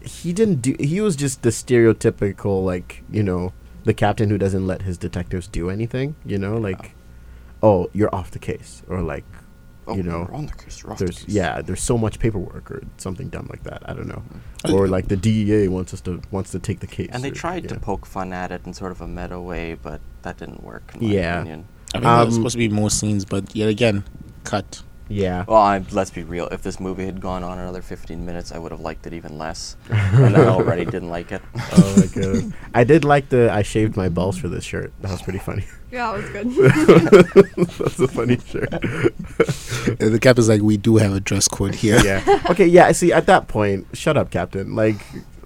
he didn't do. He was just the stereotypical like you know the captain who doesn't let his detectives do anything. You know, like oh you're off the case or like you know Oh, we're on the case, we're off the there's case. yeah there's so much paperwork or something dumb like that. I don't know. Or like the DEA wants us to wants to take the case. Uh, And they or- tried to yeah. poke fun at it in sort of a meta way, but that didn't work. In my Yeah. Opinion. I mean, there's Um, supposed to be more scenes, but yet again, cut. Yeah. Well, I, let's be real. If this movie had gone on another 15 minutes, I would have liked it even less. and I already didn't like it. Oh my god. I did like the I shaved my balls for this shirt. That was pretty funny. Yeah, it was good. That's a funny shirt. Uh, The cap is like, we do have a dress code here. yeah. Okay, yeah, see at that point, shut up, Captain. Like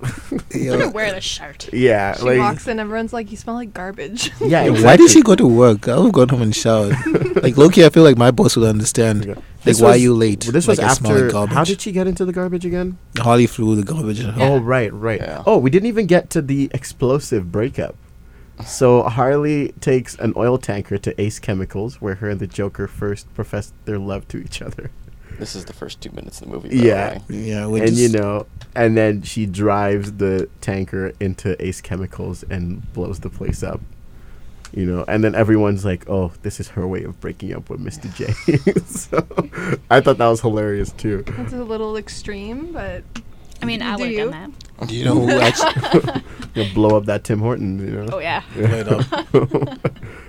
I'm gonna Yo, wear this shirt. yeah, she like walks in, everyone's like, "You smell like garbage." Yeah, yo, exactly. Why did she go to work? I would have gone home and showered. like Loki, I feel like my boss would understand. Okay. Like, This why are was- you late? This was like, I smell after like garbage. How did she get into the garbage again? Holly flew the garbage. at her. Oh right, right. Yeah. Oh, we didn't even get to the explosive breakup. So Harley takes an oil tanker to Ace Chemicals, where her and the Joker first profess their love to each other. this is the first two minutes of the movie. by the Yeah, way. Yeah, which and is, you know, and then she drives the tanker into Ace Chemicals and blows the place up. You know, and then everyone's like, "Oh, this is her way of breaking up with Mr. J." so I thought that was hilarious too. That's a little extreme, but I mean, I Do would you? have done that. do you know who actually You know, blow up that Tim Horton. You know. Oh yeah. Wait up.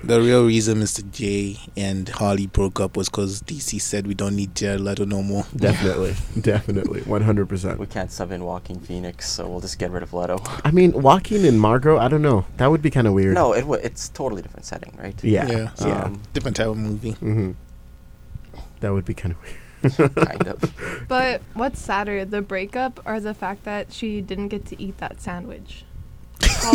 the real reason Mr. J and Harley broke up was because DC said we don't need Jared Leto no more. Definitely, definitely, one hundred We percent. can't sub in Walking Phoenix, so we'll just get rid of Leto. I mean, Joaquin and Margot. I don't know. That would be kind of weird. No, it, wa- it's totally different setting, right? Yeah. Yeah, so- yeah. Um, Different type of movie. hmm That would be kind of weird. Kind of. but what's sadder, the breakup or the fact that she didn't get to eat that sandwich?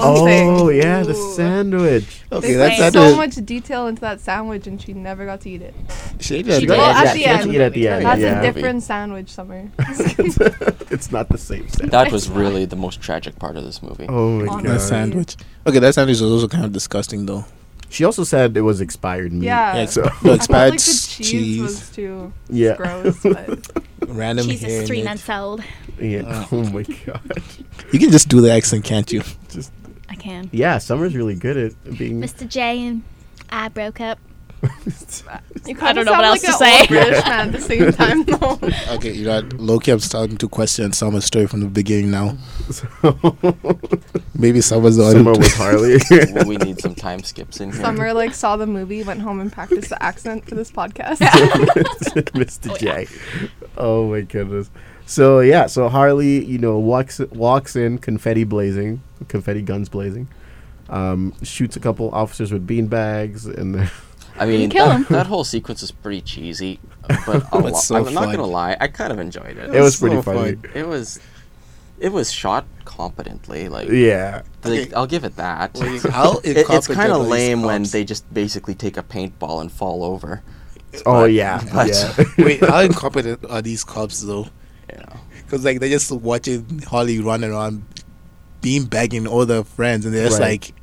All I'm saying. Oh yeah, the Ooh. sandwich. Okay, They that's put that. that's so is- much detail into that sandwich, and she never got to eat it. She She did. did. Well, Yeah, at she the got to end, eat at the end, that's yeah. a different sandwich, Summer. it's not the same sandwich. That was really the most tragic part of this movie. Oh my On god. the That sandwich. Okay, that sandwich was also kind of disgusting though. She also said it was expired meat. Yeah. Yeah, Uh, So exp- the I felt like expired the s- cheese, cheese, was too yeah. gross, but random Jesus, hair. in three it. months old. yeah. Oh my god. You can just do the accent, can't you? Just I can. yeah. Summer's really good at being. Mr. J and I broke up. you I don't kinda know what else sound to like an say. old British man at the same time, though. Okay, you got Loki. I'm starting to question Summer's story from the beginning now. Maybe Summer's the only- Summer with Harley. we need some time skips in here. Summer like saw the movie, went home and practiced the accent for this podcast. Mr. J. Oh my goodness. So yeah, so Harley, you know, walks walks in, confetti blazing, confetti guns blazing, um, shoots a couple officers with beanbags, and then I mean, kill that, him. that whole sequence is pretty cheesy, but a But lo- so I'm not fun. gonna lie, I kind of enjoyed it. it was pretty so funny. fun. It was, it was shot competently. Like, Yeah, they- Okay. I'll give it that. How It- it's incompetent kind are of these lame when cops? they just basically take a paintball and fall over. Oh yeah, but- yeah. Wait, how incompetent are these cops though? You know. Because like they're just watching Holly run around, beanbagging all their friends, and they're just Right. like,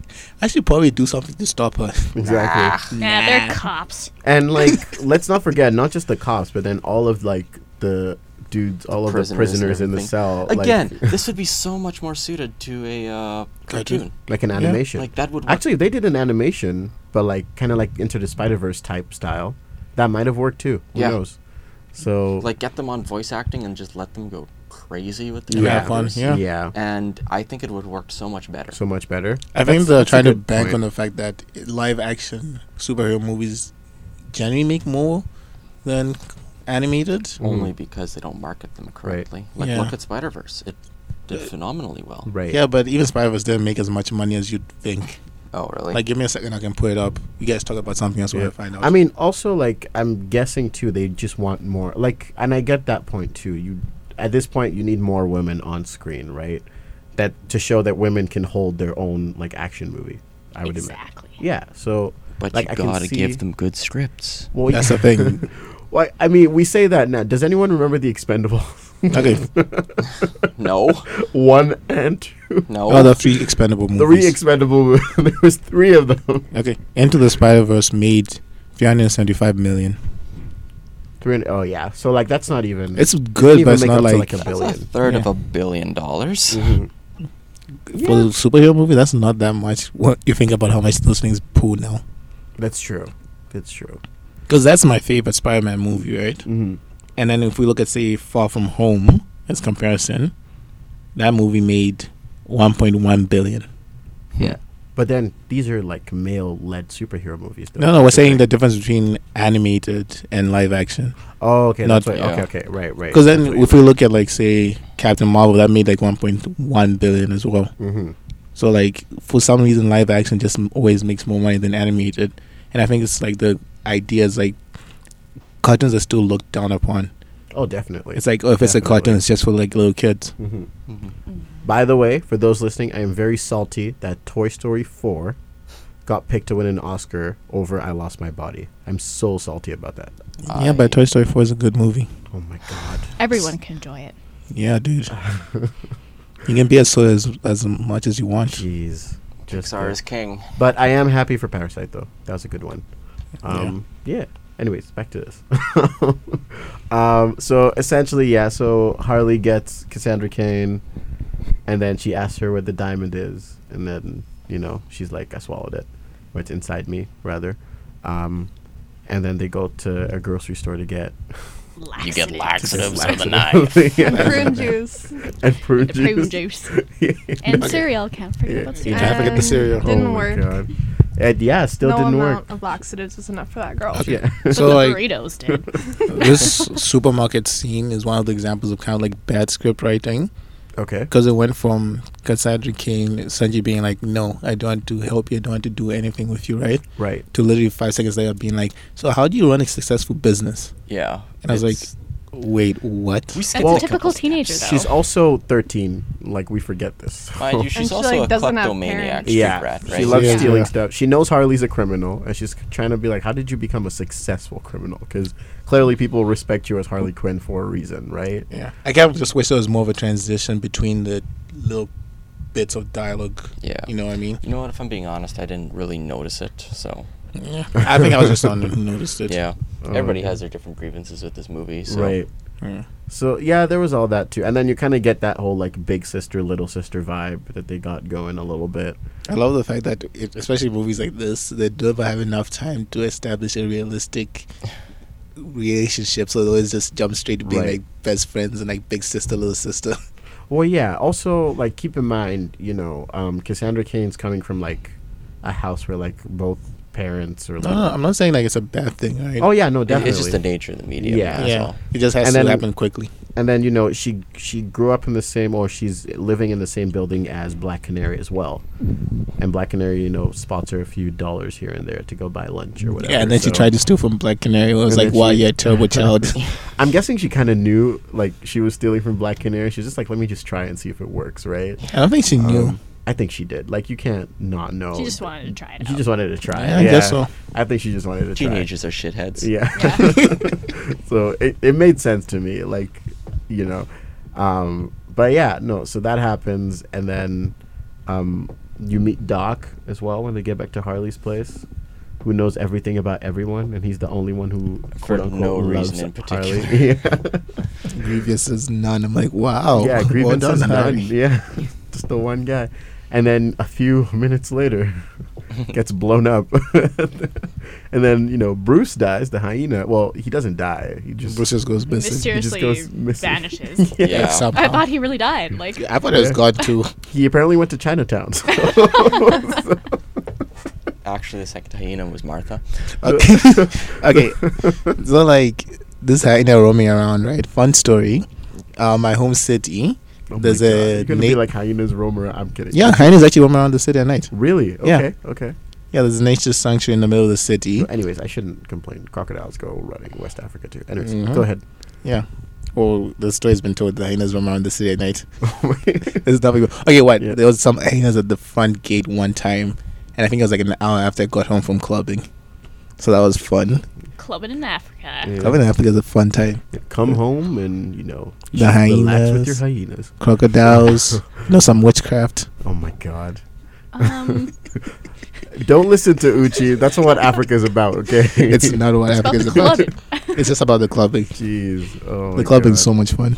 "I should probably do something to stop her." exactly. Ah. Nah, they're cops. And like, let's not forget, not just the cops, but then all of like the dudes, all of the Prisoners prisoners in and the everything. cell. like- Again, this would be so much more suited to a uh, cartoon. like, an animation. Like that would work. Actually, if they did an animation, but like kind of like into the Spider Verse type style, that might have worked too. Who Yeah. knows? So like get them on voice acting and just let them go crazy with the And have fun, characters. yeah, Yeah. And I think it would work so much better. so much better. I think they're that's a trying to good bank point. on the fact that live action superhero movies generally make more than animated. mm. Oh, only because they don't market them correctly. Like Yeah. Uh, look at Spider Verse. It did phenomenally well. Right. Yeah, but even Spider Verse didn't make as much money as you'd think. Oh really? Like, give me a second, I can put it up. You guys talk about something else when I find out. I mean, also like I'm guessing too, they just want more. Like, and I get that point too. You at this point, you need more women on screen, right? That to show that women can hold their own like action movie. I would imagine. exactly. Yeah. So, but like, you I can gotta see- give them good scripts. well, that's the thing. Well, I mean, we say that now. Does anyone remember the Expendables Okay, No. one and two? No. oh, the three expendable movies. Three expendable. there was three of them. Okay, Into the Spider Verse made 375 million. Three hundred. Oh yeah. So like that's not even. It's good, even but it's make up not to, like, like, a That's Billion. a third of Yeah. a billion dollars. Mhm. for a superhero movie. That's not that much. What you think about how much those things pull now? That's true. That's true. Because that's my favorite Spider-Man movie, right? Mm-hmm. And then if we look at say Far From Home as comparison, that movie made 1.1 billion. But then these are like male-led superhero movies. Though. No, no, we're saying that. the difference between animated and live action. Oh, okay. Not- That's right. yeah. Okay, okay. Right, right. Because then if we look at like say Captain Marvel, that made like 1.1 billion as well. mm-hmm. So like for some reason, live action just m- always makes more money than animated, and I think it's like the ideas like cartoons are still looked down upon. Oh, definitely. It's like oh, if it's a Definitely. cartoon, it's just for like little kids. Mhm. Mhm. By the way, for those listening, I am very salty that Toy Story 4 got picked to win an Oscar over I Lost My Body. I'm so salty about that. Yeah, I- but Toy Story Four is a good movie. Oh my god. Everyone can enjoy it. Yeah, dude. you can be as slow as as much as you want. Jeez. Just Pixar the- is king. But I am happy for Parasite though. That was a good one. Um, yeah. Anyways, back to this. um, so essentially, yeah. So Harley gets Cassandra Kane, and then she asks her where the diamond is, and then you know she's like, "I swallowed it," or it's inside me rather. Um, and then they go to a grocery store to get You get Laxative. laxatives with a knife. prune juice. and prune And juice. prune juice. Yeah. And cereal. Can't forget Yeah. about You cereal. can't forget the And cereal. Didn't Oh my work. God. And yeah, still no didn't amount work. of laxatives was enough for that girl. Yeah. But So the like burritos did. this supermarket scene is one of the examples of kind of like bad script writing okay. because it went from Cassandra Kane Sanji being like, "No, I don't want to help you. I don't want to do anything with you," right? Right. to literally five seconds later being like, "So how do you run a successful business?" Yeah. And I was like, it's- "Wait, what?" we That's skipped Well, a a typical couple steps. teenager, though. She's also 13. Like, we forget this. Mind you, she's she, also like, a doesn't have kleptomaniac parents. street yeah, rat, right? she loves Yeah. stealing Yeah. stuff. She knows Harley's a criminal, and she's trying to be like, "How did you become a successful criminal?" Because clearly, people respect you as Harley Quinn for a reason, right? Yeah, I kind of just wish there was more of a transition between the little bits of dialogue. Yeah. You know what I mean? You know what? If I'm being honest, I didn't really notice it. So Yeah. I think I was just on who noticed it. yeah, Oh, everybody okay. has their different grievances with this movie. So Right. Yeah. So yeah, there was all that too, and then you kind of get that whole like big sister, little sister vibe that they got going a little bit. I love the fact that, it, especially movies like this, they never have enough time to establish a realistic relationship. So they always just jump straight to being Right. like best friends and like big sister, little sister. Well, yeah. Also, like, keep in mind, you know, um, Cassandra Cain's coming from like a house where like both parents are. Like, No, no, I'm not saying like it's a bad thing. Right? oh yeah, no, It- definitely. it's just the nature of the medium. Yeah. that's yeah. all. It just has And to then- happen quickly. and then you know she she grew up in the same or she's living in the same building as Black Canary as well, and Black Canary you know spots her a few dollars here and there to go buy lunch or whatever. Yeah, and then she so- tried to steal from Black Canary. I was And like, then "Wow, she- you're a terrible child." I'm guessing she kind of knew like she was stealing from Black Canary. She's just like, let me just try and see if it works, right? I don't think she knew. Um, I think she did. Like you can't not know. She just wanted to try it She out. just wanted to try. Yeah, I guess so. I think she just wanted to try. Teenagers are shitheads. Yeah. so it, it made sense to me, like, you know. Um, but yeah, no, so that happens. And then um, you meet Doc as well when they get back to Harley's place, who knows everything about everyone. And he's the only one who, For quote unquote, no loves reason in Harley. Yeah. Grievous is none. I'm like, "Wow." yeah, well grievance done, is none. Harry. Yeah, just the one guy. And then a few minutes later, gets blown up. and then you know Bruce dies. The hyena. Well, he doesn't die. He just Bruce just goes missing. Mysteriously goes missing. vanishes. Yeah. Like, somehow. I thought he really died. Like, I thought it was Yeah. God too. He apparently went to Chinatown. so- Actually, the second hyena was Martha. Okay, okay. So like, this hyena roaming around, right? Fun story. Uh, my home city. Oh my there's God. a You're gonna be na- like hyenas roam around. I'm kidding. yeah, hyenas actually roam around the city at night. Really? Okay. Yeah. Okay. Yeah, there's a nature sanctuary in the middle of the city. So anyways, I shouldn't complain. Crocodiles go running West Africa too. Anyways, Mhm. go ahead. Yeah. Well, the story's been told the hyenas roam around the city at night. There's nothing. Okay, what? Yeah. There was some hyenas at the front gate one time, and I think it was like an hour after I got home from clubbing. So that was fun. clubbing in Africa. Yeah. Clubbing in Africa is a fun time. Come home and you know The just relax with your hyenas. hyenas. Crocodiles, you know, some witchcraft. Oh my god. Um, Don't listen to Uchi. That's not what Africa's about, okay? It's not what about Africa the is about. club. It's just about the clubbing. Jeez. Oh the clubbing's so much fun,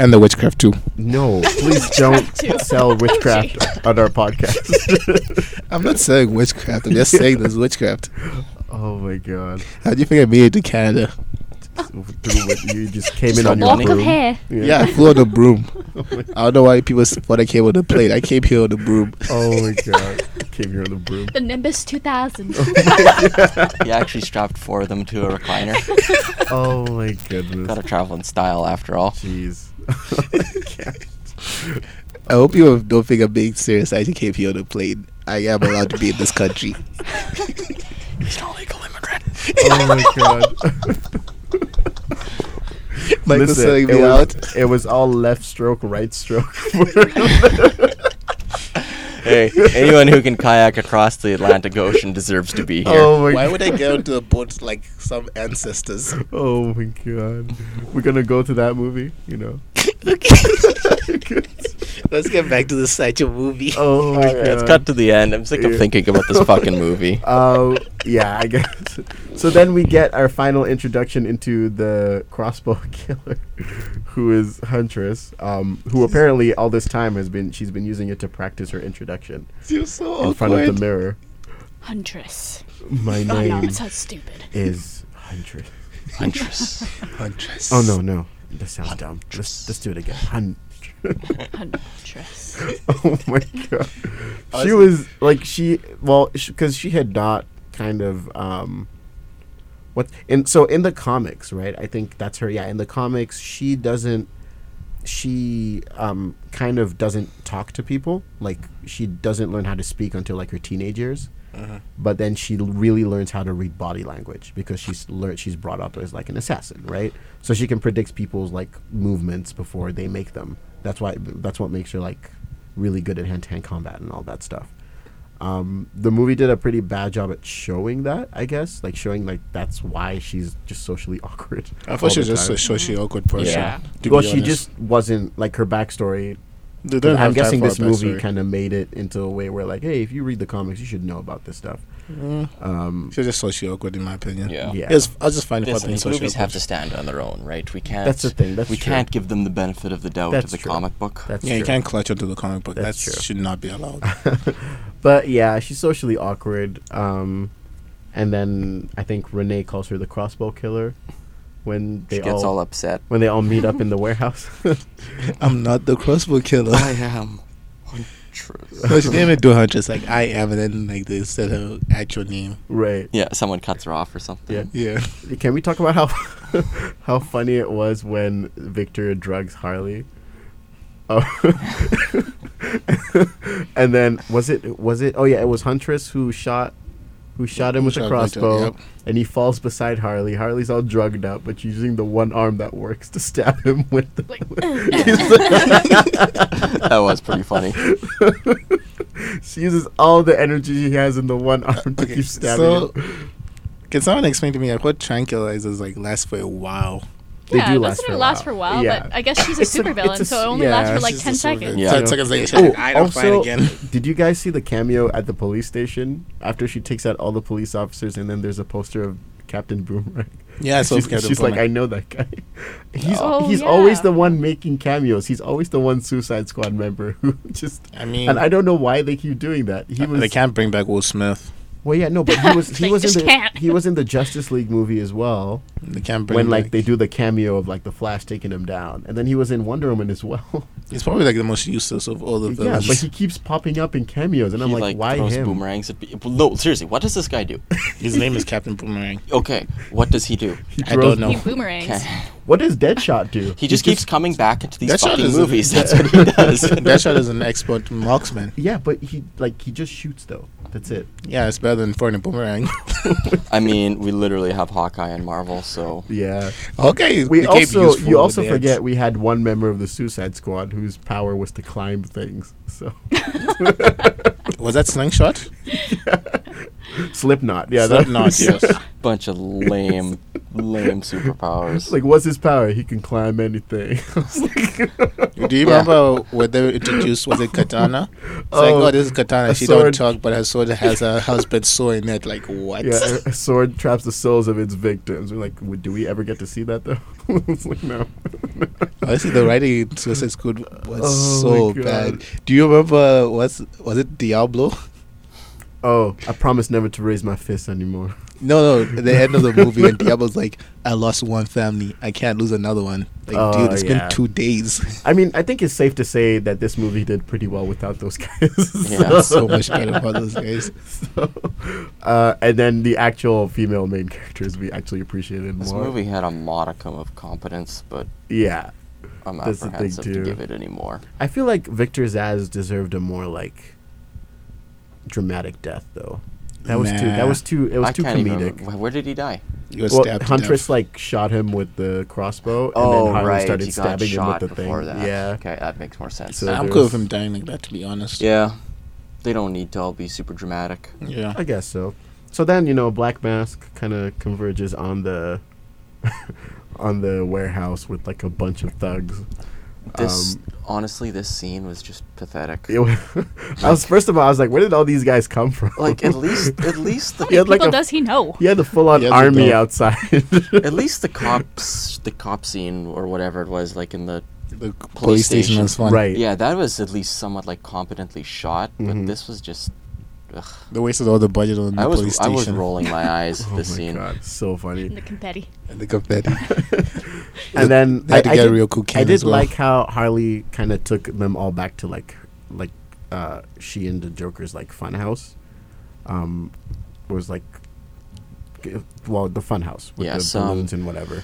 and the witchcraft too. No, please don't sell witchcraft on our podcast. I'm not saying witchcraft. I'm just saying there's witchcraft. oh my god. How do you think I made it to Canada? You just came in Just on a your walk of broom. hair. Yeah, I flew on a broom. I don't know why people s- thought I came on a plane. I came here on a broom. Oh my god. Came here on the broom. The Nimbus 2000. He actually strapped four of them to a recliner. Oh my Gotta goodness. travel in style after all. Jeez. I can't. I hope you don't think I'm being serious. I actually came here on a plane. I am allowed to be in this country. He's an illegal immigrant. Oh my god. Michael's selling it me was, out. it was all left stroke, right stroke. Hey, anyone who can kayak across the Atlantic Ocean deserves to be here. oh my Why would I get onto a boat like some ancestors? Oh my god. We're gonna go to that movie, you know. Let's get back to the Sideshow movie. oh my god. Yeah, it's cut to the end. I'm sick of Yeah. thinking about this fucking movie. Uh, yeah, I guess. So then we get our final introduction into the crossbow killer, who is Huntress, um, who apparently all this time has been she's been using it to practice her introduction You're so in front of the mirror. Huntress. My Oh no, name it sounds stupid. is Huntress. Huntress. Huntress. Oh no, no, that sounds dumb. Let's, let's do it again. Hun- Huntress. oh my god, she Honestly- was like she well because she had not kind of um what and so in the comics right I think that's her yeah in the comics she doesn't she um kind of doesn't talk to people like she doesn't learn how to speak until like her teenage years Uh-huh. but then she l- really learns how to read body language because she's learned she's brought up as like an assassin, right? So she can predict people's like movements before they make them. That's why that's what makes her like really good at hand to hand combat and all that stuff. Um, the movie did a pretty bad job at showing that, I guess, like showing like that's why she's just socially awkward. I all thought she was the just time. a socially awkward person. Yeah. to well, be she honest. just wasn't like her backstory They don't I'm have time guessing for a this movie backstory. kind of made it into a way where, like, hey, if you read the comics, you should know about this stuff. She was just socially awkward, in my opinion. Yeah. Yeah. It was, I was just finding Listen, funny. these movies have to stand on their own, right? We can't. That's the thing, that's we true. can't give them the benefit of the doubt That's of the true. comic book. That's Yeah, true. you can't clutch onto the comic book. That That's true. should not be allowed. But yeah, she's socially awkward. Um, and then I think Renee calls her the crossbow killer when they she gets all, all upset. when they all meet up in the warehouse. I'm not the crossbow killer. I am Huntress. no, she didn't even do Huntress. Like I am, and then like they said her actual name. right. Yeah, someone cuts her off or something. Yeah. Yeah. Can we talk about how how funny it was when Victor drugs Harley? Oh. and then was it was it oh yeah it was Huntress who shot who shot him Who with a shot Victor, crossbow yep. and he falls beside Harley. Harley's all drugged up, but she's using the one arm that works to stab him with the that was pretty funny. she uses all the energy she has in the one arm to keep stabbing so, him. can someone explain to me like what tranquilizers like last for a while? They yeah, do doesn't last it for a last while. for a while, Yeah. but I guess she's a It's a- supervillain, it's a so s- it only yeah, lasts for it's like Just 10 a sort of- seconds. Yeah. Ten seconds later, she's like, I don't fight again. oh, did you guys see the cameo at the police station after she takes out all the police officers and then there's a poster of Captain Boomerang? Yeah, so she's, it's Captain she's like, I Boomerang. know that guy. He's Oh, he's always yeah. the one making cameos. He's always the one Suicide Squad member who just. I mean, uh, And I don't know why they keep doing that. He was they can't bring back Will Smith. well, yeah, no, but he was he They was just in the can't. he was in the Justice League movie as well. They can't bring When like back- they do the cameo of like the Flash taking him down, and then he was in Wonder Woman as well. He's probably like the most useless of all the yeah, villains. but he keeps popping up in cameos, and I'm he, like, why throws him? boomerangs at people. No, seriously, what does this guy do? His name is Captain Boomerang. Okay, what does he do? He I throws- don't know. He boomerangs. Okay. What does Deadshot do? He just keeps coming back into these Deadshot fucking is a- movies. That's what he does. Deadshot is an expert marksman. Yeah, but he like he just shoots though. That's it. Yeah, it's better than throwing a boomerang. I mean, we literally have Hawkeye and Marvel, so Yeah. okay, We became also useful you also with the forget we had one member of the Suicide Squad whose power was to climb things. So axe. was that slingshot? Slipknot. Yeah, that Slipknot, was- yes. Bunch of lame, lame superpowers. Like, what's his power? He can climb anything. I was like- Do you Yeah. remember when they were introduced? Was it katana? It's like, Oh, oh, this is katana. a She sword. don't talk, but her sword has a husband sword in it. Like what? yeah, a- a sword traps the souls of its victims. We're like, w- do we ever get to see that though? it's like no. Honestly, the writing in Suicide Squad was Oh my so God. bad. Do you remember what's was it Diablo? Oh, I promise never to raise my fist anymore. No, no, the end of the movie when Diablo's like, I lost one family, I can't lose another one. Like, Oh, dude, it's yeah. been two days. I mean, I think it's safe to say that this movie did pretty well without those guys. Yeah. It's so much better for those guys. So, uh, and then the actual female main characters we actually appreciated this more. movie had a modicum of competence, but Yeah, I'm That's the thing, apprehensive to too. give it any more. I feel like Victor Zaz deserved a more like dramatic death though. That was too. That Nah. was too. It was I too can't even comedic. remember- where did he die? You were well, stabbed to Huntress death. like shot him with the crossbow, and oh, then Harley right. started he got stabbing him shot with the before thing. That. Yeah, Okay, that makes more sense. So- I'm there cool was- with him dying like that, to be honest. yeah, they don't need to all be super dramatic. Yeah. I guess so. So then you know, Black Mask kind of converges on the on the warehouse with like a bunch of thugs. This Um, honestly, this scene was just pathetic. It was, I was first of all, I was like, where did all these guys come from? like at least, at least How the many had, like, people a- does he know? he had a full on He has a army dog. outside. at least the cops, the cop scene or whatever it was, like in the The police station station. was fun. right. yeah, that was at least somewhat like competently shot. Mhm. But this was just, ugh. They wasted all the budget on the I police was I station. was rolling my eyes at Oh my this scene. god, so In funny. the confetti. And they got that. And then They had to get a real cool I can did as well. like how Harley kind of took them all back to like like uh, she and the Joker's like fun house. Um, was like g- well the fun house with Yeah, the some balloons and whatever. A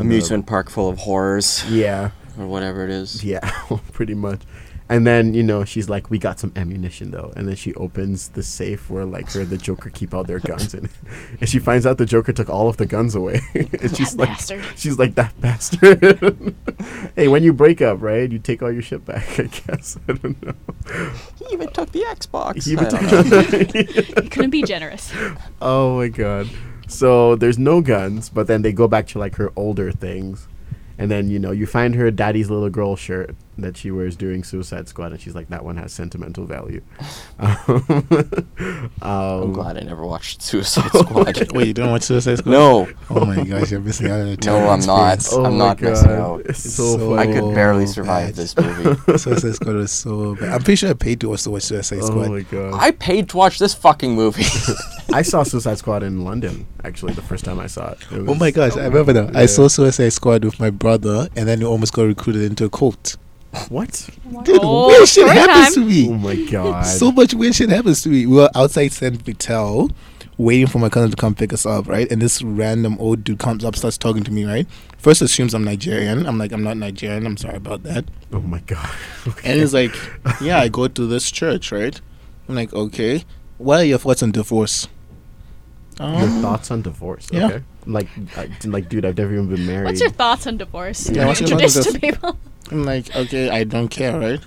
And the- Amusement park full of horrors yeah, or whatever it is. yeah, pretty much. And then you know she's like, "We got some ammunition though." And then she opens the safe where like her and the Joker keep all their guns in, and she finds out the Joker took all of the guns away. and she's That like, bastard. She's like that bastard. hey, when you break up, right? You take all your shit back, I guess. I don't know. He even took the Xbox. He even I don't know. You couldn't be generous. oh my god. So there's no guns, but then they go back to like her older things. And then, you know, you find her daddy's little girl shirt that she wears during Suicide Squad and she's like, That one has sentimental value. um, I'm glad I never watched Suicide Squad. Wait, you don't watch Suicide Squad? no, Oh my gosh, you're missing out on a no, I'm not. Oh I'm my not missing God. out. It's It's so, so- funny. I could barely survive bad. this movie. Oh, Suicide Squad was so bad. I'm pretty sure I paid to watch the Suicide Oh Squad. my god. I paid to watch this fucking movie. I saw Suicide Squad in London, actually, the first time I saw it. It Oh my was- gosh, I remember that. Yeah. I saw Suicide Squad with my brother, and then he almost got recruited into a cult. What? Dude, Oh, weird shit story happens time. to Oh me. my god. So much weird shit happens to me. We were outside Saint Vitel, waiting for my cousin to come pick us up, right? And this random old dude comes up, starts talking to me, right? First assumes I'm Nigerian. I'm like, I'm not Nigerian. I'm sorry about that. oh my god. Okay. And he's like, Yeah, I go to this church, right? I'm like, Okay. What are your thoughts on divorce? your Um, thoughts on divorce. yeah. Okay. Like, I, like, dude, I've never even been married. What's your thoughts on divorce? Yeah, You're what's your introduced thoughts on to people. I'm like, okay, I don't care, right?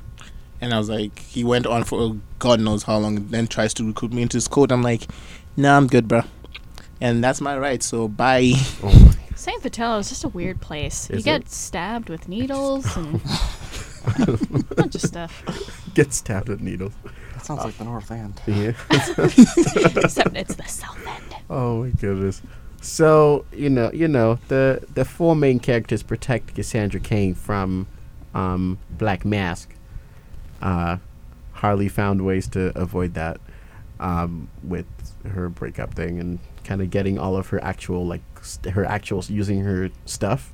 And I was like, he went on for God knows how long, then tries to recruit me into his code. I'm like, nah, I'm good, bro. And that's my right. So bye. oh my Saint Vitale is just a weird place. you Is get it? stabbed with needles and a bunch of stuff. Get stabbed with needles. that sounds like the North End. Yeah. Except it's the south end. oh my goodness. So you know, you know, the the four main characters protect Cassandra Kane from um, Black Mask. Uh, Harley found ways to avoid that um, with her breakup thing and kind of getting all of her actual like st- her actual using her stuff.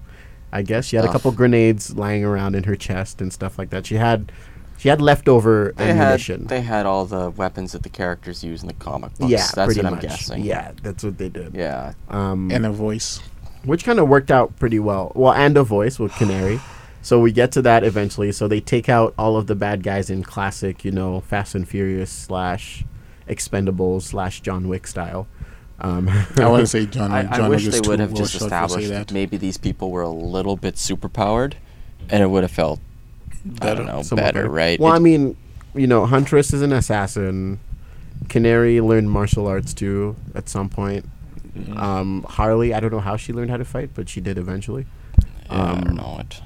I guess she had a Stuff. couple grenades lying around in her chest and stuff like that. She had she had leftover They had, ammunition. they had all the weapons that the characters use in the comic books. yeah, that's pretty what I'm much. guessing. Yeah, that's what they did. Yeah. Um, And a voice. which kind of worked out pretty well. Well, and a voice with Canary. So we get to that eventually. So they take out all of the bad guys in classic, you know, Fast and Furious slash Expendables slash John Wick style. Um, I want to say John. I, John I wish Wick is they too would have well just shot to say established that. that. maybe these people were a little bit superpowered, and it would have felt I Better. don't know somewhat better, right? Well, It- I mean, you know, Huntress is an assassin. Canary learned martial arts too at some point. Mhm. Um, Harley, I don't know how she learned how to fight, but she did eventually. Yeah, I um, don't know. It,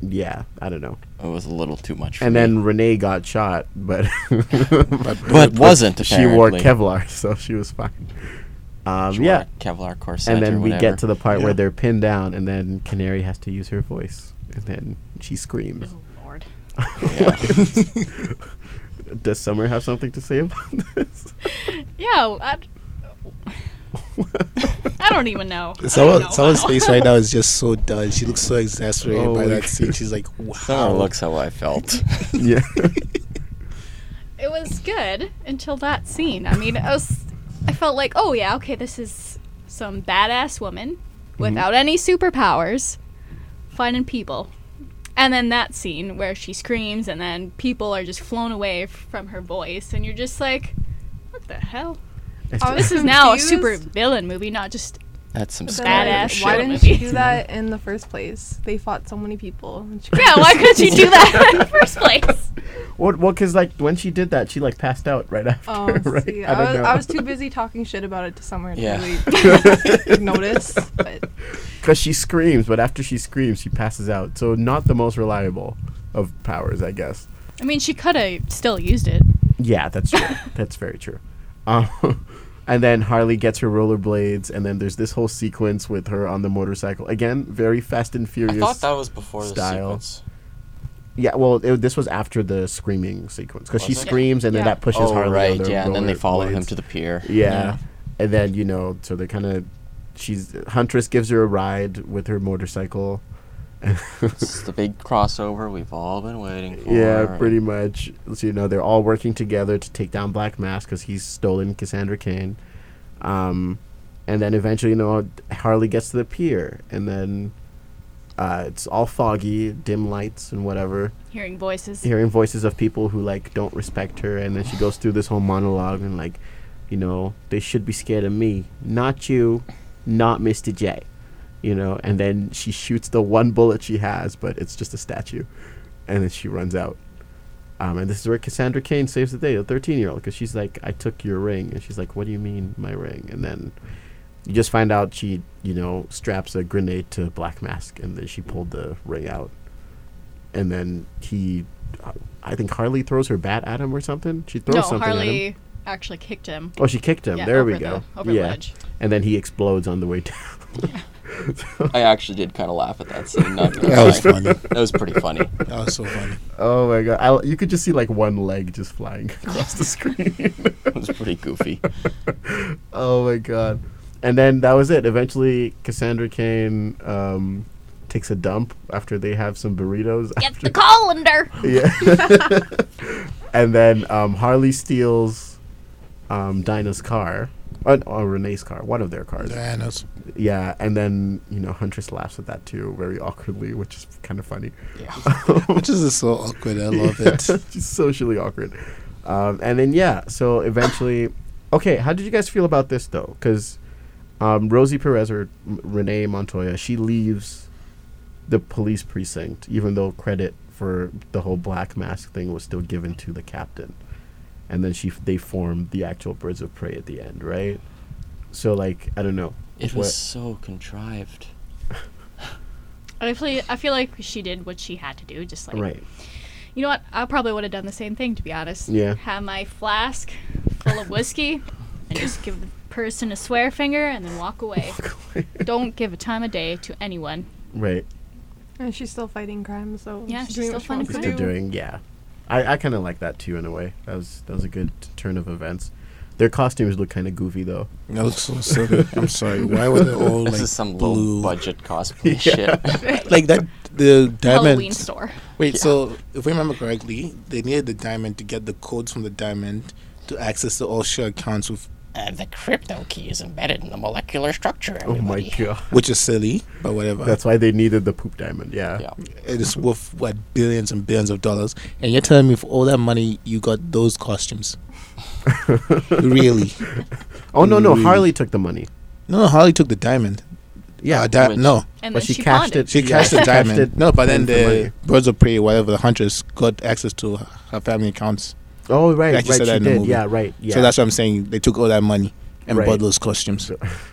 Yeah, I don't know. it was a little too much for And me. then Renee got shot, but But wasn't, she wore apparently. Kevlar, so she was fine. Um, She wore yeah, a Kevlar corset and or then we whatever. get to the part where Yeah. they're pinned down, and then Canary has to use her voice, and then she screams. Oh, Lord. Does Summer have something to say about this? Yeah, I, I don't even know. I don't know Someone, someone's how. face right now is just so dull. She looks so exasperated by Holy that scene. She's like, wow. Oh. Someone Oh, looks how I felt. yeah. it was good until that scene. I mean, I was, I felt like, oh yeah, okay, this is some badass woman Mm-hmm. without any superpowers finding people. And then that scene where she screams and then people are just flown away f- from her voice and you're just like, what the hell? I was This is now a confused, super villain movie, not just That's some but scary badass then Why shit. didn't movie. she do that in the first place? They fought so many people. and she- Yeah, why couldn't you do that in the first place? What? Well, because like when she did that, she like passed out right after. Oh, right? see, I I, don't was, know. I was too busy talking shit about it to Summer to Yeah. really notice. But Because she screams, but after she screams, she passes out. So not the most reliable of powers, I guess. I mean, she could have still used it. Yeah, that's true. that's very true. Um, and then Harley gets her rollerblades, and then there's this whole sequence with her on the motorcycle. Again, very Fast and Furious. I thought that was before the style. sequence. yeah, well, it, this was after the screaming sequence because she Was it? screams, and then Yeah. that pushes Oh, Harley. right, on the yeah, and then they follow him rollerblades. to the pier. Yeah. And then, you know, so they kind of she's Huntress gives her a ride with her motorcycle. It's the big crossover we've all been waiting for. Yeah, pretty much. So, you know, they're all working together to take down Black Mask because he's stolen Cassandra Kane. Um, and then eventually, you know, Harley gets to the pier, and then uh, it's all foggy, dim lights, and whatever. Hearing voices. hearing voices of people who like don't respect her and then she goes through this whole monologue and like you know they should be scared of me not you not mr j you know and then she shoots the one bullet she has but it's just a statue and then she runs out um, and this is where cassandra kane saves the day the 13 year old because she's like i took your ring and she's like what do you mean my ring and then you just find out she you know straps a grenade to black mask and then she pulled the ring out and then he uh, I think Harley throws her bat at him or something. She throws No, something at him. Harley actually kicked him. Oh, she kicked him. Yeah, there we over go. the- over yeah. ledge. And then he explodes on the way down. I actually did kind of laugh at that scene. Not gonna That was lie. funny. That That was pretty funny. was so funny. Oh my god. I, you could just see like one leg just flying across the screen. It was pretty goofy. oh my god. And then that was it. Eventually Cassandra Kane um, takes a dump after they have some burritos. Get the colander. Yeah. and then um, Harley steals um, Dinah's car. Or, or Renee's car, one of their cars. Yeah, and that's- Yeah, and then you know Huntress laughs at that too, very awkwardly, which is kind of funny. Which is just so awkward. I love it. Just socially awkward. Um, and then yeah, so eventually, okay, how did you guys feel about this though? Because um, Rosie Perez or M- Renee Montoya, she leaves the police precinct, even though credit for the whole black mask thing was still given to the captain. And then she f- they formed the actual Birds of Prey at the end, right? So like I don't know. It What- was so contrived. I feel, I feel like she did what she had to do. Just like, right. you know what? I probably would have done the same thing, to be honest. Yeah. Have my flask full of whiskey and just give the person a swear finger and then walk away. Don't give a time of day to anyone. Right. and she's still fighting crime, so Yeah, she's doing still what she fighting wants to He's crime. still do. doing. Yeah, I, I kind of like that too in a way. That was that was a good turn of events. Their costumes look kind of goofy though. That looks so silly. I'm sorry. Why were they all This like is some blue? low budget cosplay shit. Like that, the Halloween diamond. store. Wait, so if I remember correctly, they needed the diamond to get the codes from the diamond to access the offshore accounts, with, Uh, the crypto key is embedded in the molecular structure. Oh my everybody. god, which is silly, but whatever. that's why they needed the poop diamond. Yeah, yeah. it is worth what billions and billions of dollars. And you're telling me for all that money, you got those costumes? really? Oh no, no, Mm. Harley took the money. No, Harley took the diamond. Yeah, Uh, di- Which- no, And but then she, she, cashed it. bonded. she yeah, cashed the diamond. cashed it no, but then in for the money. birds of prey, whatever the hunters, got access to her family accounts. Oh right, Like you right. said She that in did. the movie. Yeah, right. Yeah. So that's what I'm saying. They took all that money and Right. bought those costumes.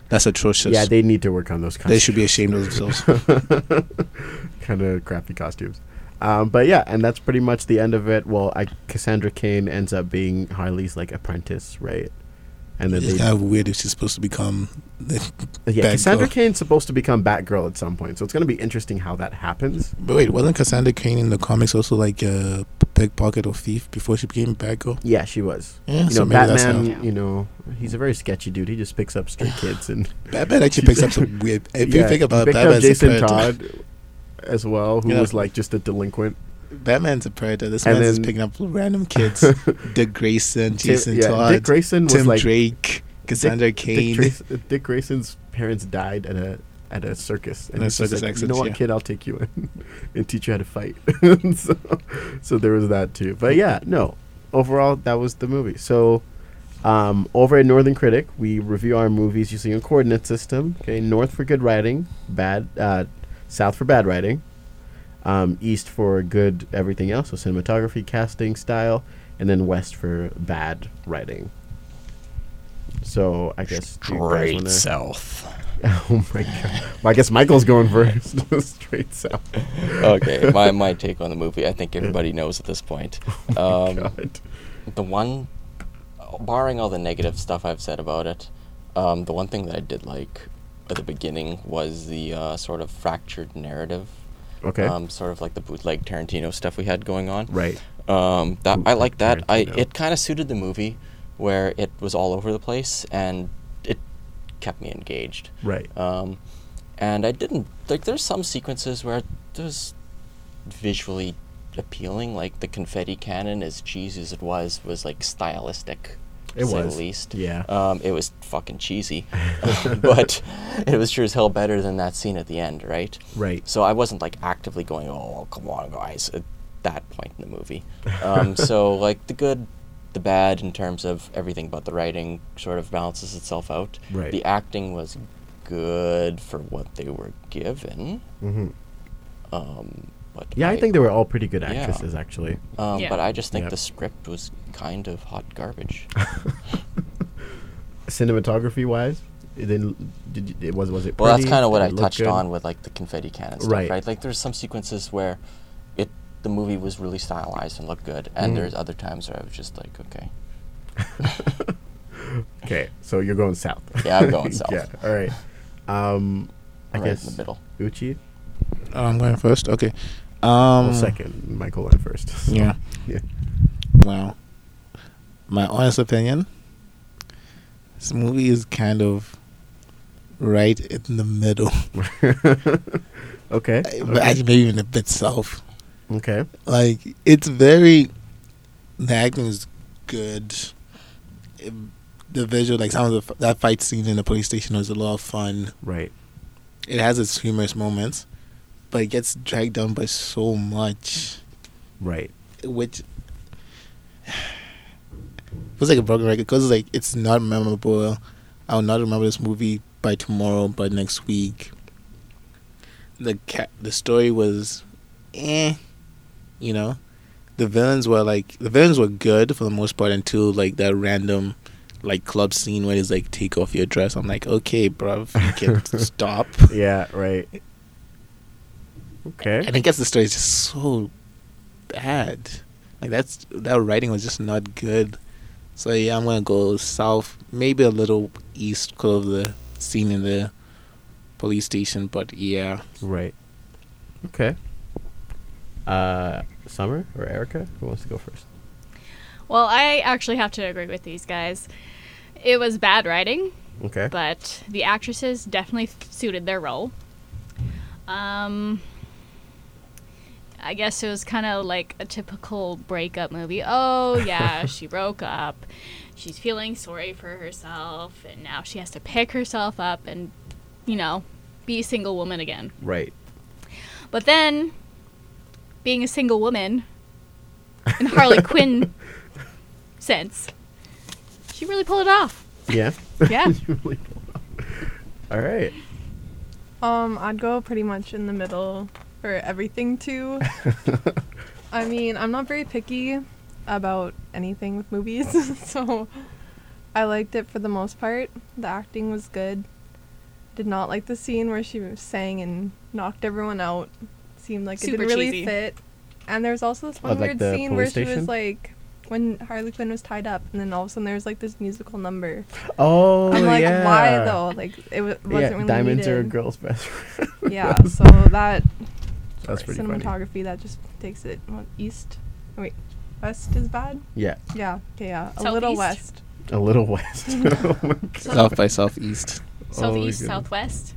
That's atrocious. yeah. They need to work on those. Costumes. they should be ashamed of themselves. kind of crappy costumes. Um, but yeah, and that's pretty much the end of it. Well, I, Cassandra Kane ends up being Harley's like apprentice, right? And then it's they, kind of weird if she's supposed to become. The yeah, Batgirl. Cassandra Kane's supposed to become Batgirl at some point, so it's gonna be interesting how that happens. But wait, wasn't Cassandra Cain in the comics also like uh, a pickpocket or thief before she became Batgirl? Yeah, she was. Yeah, you know, so maybe that's Batman. how- You know, he's a very sketchy dude. He just picks up stray kids and Batman actually picks up some weird. If Yeah, you think he about picked up Batman's a Jason predator. Todd as well, who Yeah. was like just a delinquint. Batman's a predator. This And man's just then- picking up random kids. Dick Grayson, Jason yeah, Todd, Dick Grayson Tim was like Drake, Cassandra Cain. Dick, Grays- Dick Grayson's parents died at a at a circus, a he's just circus you know accident, what, yeah. kid, I'll take you in and teach you how to fight. so, so there was that too. But yeah, no. Overall, that was the movie. So. Um, over at Northern Critic, we review our movies using a coordinate system. Okay, north for good writing, bad, uh, south for bad writing, um, east for good everything else, so cinematography, casting, style, and then west for bad writing. So I guess do you guys Great wanna- south. Oh my god! Well, I guess Michael's going first. Straight south. okay, my my take on the movie. I think everybody knows at this point. Um, God. the one, barring all the negative stuff I've said about it, um, the one thing that I did like at the beginning was the uh, sort of fractured narrative. Okay. Um, sort of like the bootleg Tarantino stuff we had going on. right. Um, that I like that. I Tarantino. it kind of suited the movie, where it was all over the place and it kept me engaged. Right. Um, and I didn't like. There's some sequences where it was visually appealing, like the confetti cannon, as cheesy as it was, was like stylistic. It to say the was, least. yeah. Um, it was fucking cheesy, but it was sure as hell better than that scene at the end, right? Right. So I wasn't like actively going, "Oh, come on, guys!" At that point in the movie. Um, so like the good, the bad in terms of everything but the writing sort of balances itself out. Right. The acting was good for what they were given. Mhm. Um, but Yeah, I think they were all pretty good actresses, Yeah. actually. Um, Yeah. But I just think Yep. the script was kind of hot garbage. Cinematography wise, it didn't. Did, you- it was was it? Well, that's pretty? kind of what Did I it look touched good? on with like the confetti cannon stuff, Right. right? Like there's some sequences where it the movie was really stylized and looked good, and Mhm. there's other times where I was just like, okay, Okay, so you're going south. Yeah, I'm going south. yeah. All right. Um, I right guess in the middle. Uchi. Oh, I'm going first. Okay. Um, Well, second. Michael went first. Yeah. Yeah. Wow. My honest opinion, this movie is kind of right in the middle, okay. Uh, but actually maybe even a bit south. Okay. Like it's very, the acting is good. It- the visual, like some of the, that fight scene in the police station was a lot of fun. Right. It has its humorous moments, but it gets dragged down by so much. Right. which was like a broken record because like it's not memorable. I'll not remember this movie by tomorrow, by next week. The ca- the story was, eh, you know, the villains were like the villains were good for the most part until like that random like club scene where it's like take off your dress. I'm like, okay, bruv, you can stop. Yeah. Right. Okay. And I guess the story is just so bad. Like that's that writing was just not good. So yeah, I'm gonna go south, maybe a little east because of the scene in the police station. But yeah, Right. Okay. Uh, Summer or Erica? Who wants to go first? Well, I actually have to agree with these guys. It was bad writing, Okay. but the actresses definitely suited their role. Um, I guess it was kind of like a typical breakup movie. Oh, yeah, she broke up. She's feeling sorry for herself, and now she has to pick herself up and, you know, be a single woman again. Right. But then, being a single woman, in Harley Quinn sense, she really pulled it off. Yeah. Yeah. You really pulled it off. All right. Um, I'd go pretty much in the middle for everything too. I mean, I'm not very picky, about anything with movies, so I liked it for the most part. The acting was good. Did not like the scene where she sang and knocked everyone out. Seemed like Super it didn't cheesy. really fit. And there was also this Oh, one like weird the scene where police she station? was like, when Harley Quinn was tied up, and then all of a sudden there was like this musical number. Oh, I'm like, yeah. why though? Like it w- wasn't yeah, really diamonds are a needed. girl's best friend. Yeah, That's- so that that's pretty funny. cinematography that just takes it what, east. oh, Wait, west is bad. Yeah, Yeah, okay, yeah, a little Southeast? west. a little west. oh my God. South by Southeast. Oh, Southeast, goodness. southwest.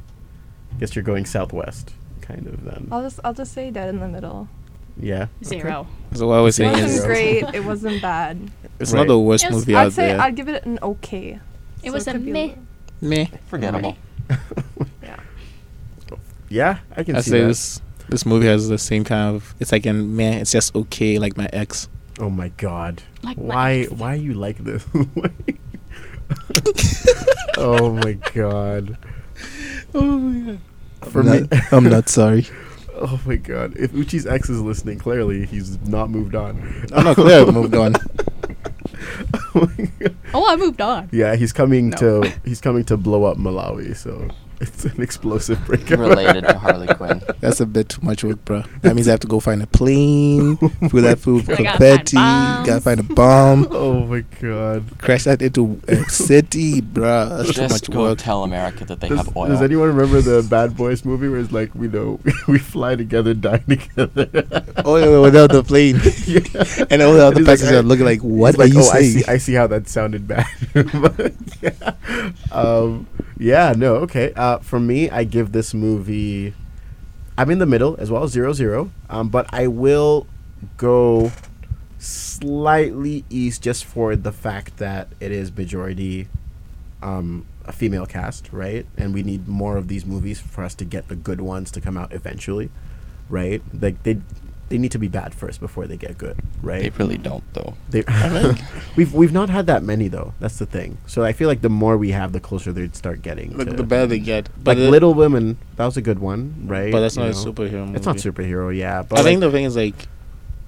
Guess you're going southwest, kind of then. I'll just I'll just say dead in the middle. yeah. Zero. So what I was It saying wasn't is, great. It wasn't bad. it's Right. not the worst It was- movie I'd out say there. I'd give it an okay. It So was a could be meh. little- Meh. Forgettable. Yeah, I can I see say that. this this movie has the same kind of. It's like an meh. It's just okay. Like my ex. Oh my god. Like my why why you like this? oh my god. Oh my god. For I'm, me not, I'm not sorry. Oh my god. If Uchi's ex is listening, clearly he's not moved on. I'm not clear. I've moved on. Oh my God. Oh, I moved on. yeah, he's coming to he's coming to blow up Malawi, so it's an explosive breakup. Related to Harley Quinn. That's a bit too much work, bro. That means I have to go find a plane, fill that food with I gotta confetti, find gotta find a bomb, Oh my god. crash that into a city, bro. That's too much Just go work. tell America that they Does, have oil. does anyone remember the Bad Boys movie where it's like we know we fly together, die together? Oh, yeah, without the plane. yeah. And all the other He's like, passengers I- are looking like, what He's are you oh, I saying? see, I see how that sounded bad. But, yeah. Um, yeah, no, okay. Uh, for me, I give this movie. I'm in the middle as well, zero zero. Um, but I will go slightly east just for the fact that it is majority um, a female cast, right? And we need more of these movies for us to get the good ones to come out eventually, right? Like they they need to be bad first before they get good, right? They really don't, though. They, we've we've not had that many though. That's the thing. So I feel like the more we have, the closer they'd start getting. Look, to- the better they get. But like the- Little Women, that was a good one, right? But that's You not a know? superhero movie. It's not superhero, yeah. But I think like- the thing is like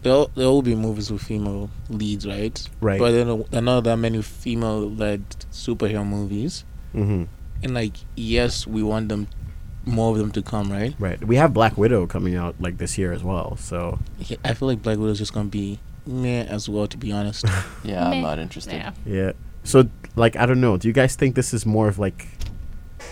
there will, there will be movies with female leads, right? Right. But there are- there are not that many female-led superhero movies, Mhm, and like yes, we want them more of them to come, right? right. We have Black Widow coming out like this year as well. So Yeah, I feel like Black Widow's just gonna be meh as well, to be honest. Yeah, I'm Meh. not interested. Yeah. yeah. So like I don't know. Do you guys think this is more of like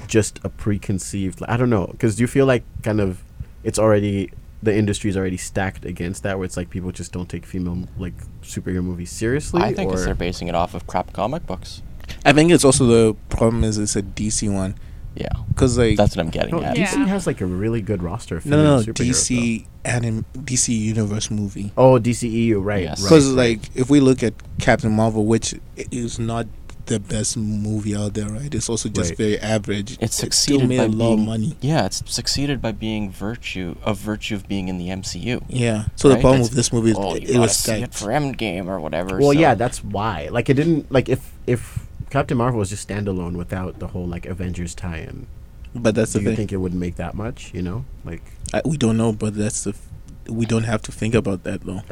just a preconceived? I don't know. Because do you feel like kind of it's already the industry's already stacked against that, where it's like people just don't take female like superhero movies seriously? I think or? it's they're basing it off of crap comic books. I think it's also the problem is it's a DC one, Yeah, cause like that's what I'm getting No, at. DC Yeah. has like a really good roster. Of no, no, no female superheroes, DC anim DC universe movie. though. Oh, DCEU, right? Yes. Right. Because like if we look at Captain Marvel, which i- is not the best movie out there, right? It's also just Right. very average. It still succeeded made by a lot being of money. Yeah, it's succeeded by being virtue of virtue of being in the MCU. Yeah. So the Right, problem that's- with this movie is oh, you it gotta was see it stacked. for Endgame or whatever. Well, so- yeah, that's why. Like, it didn't like if if Captain Marvel was just standalone without the whole like Avengers tie-in. But that's the do you thing. think it wouldn't make that much? You know, like I, we don't know, but that's the. F- we don't have to think about that though.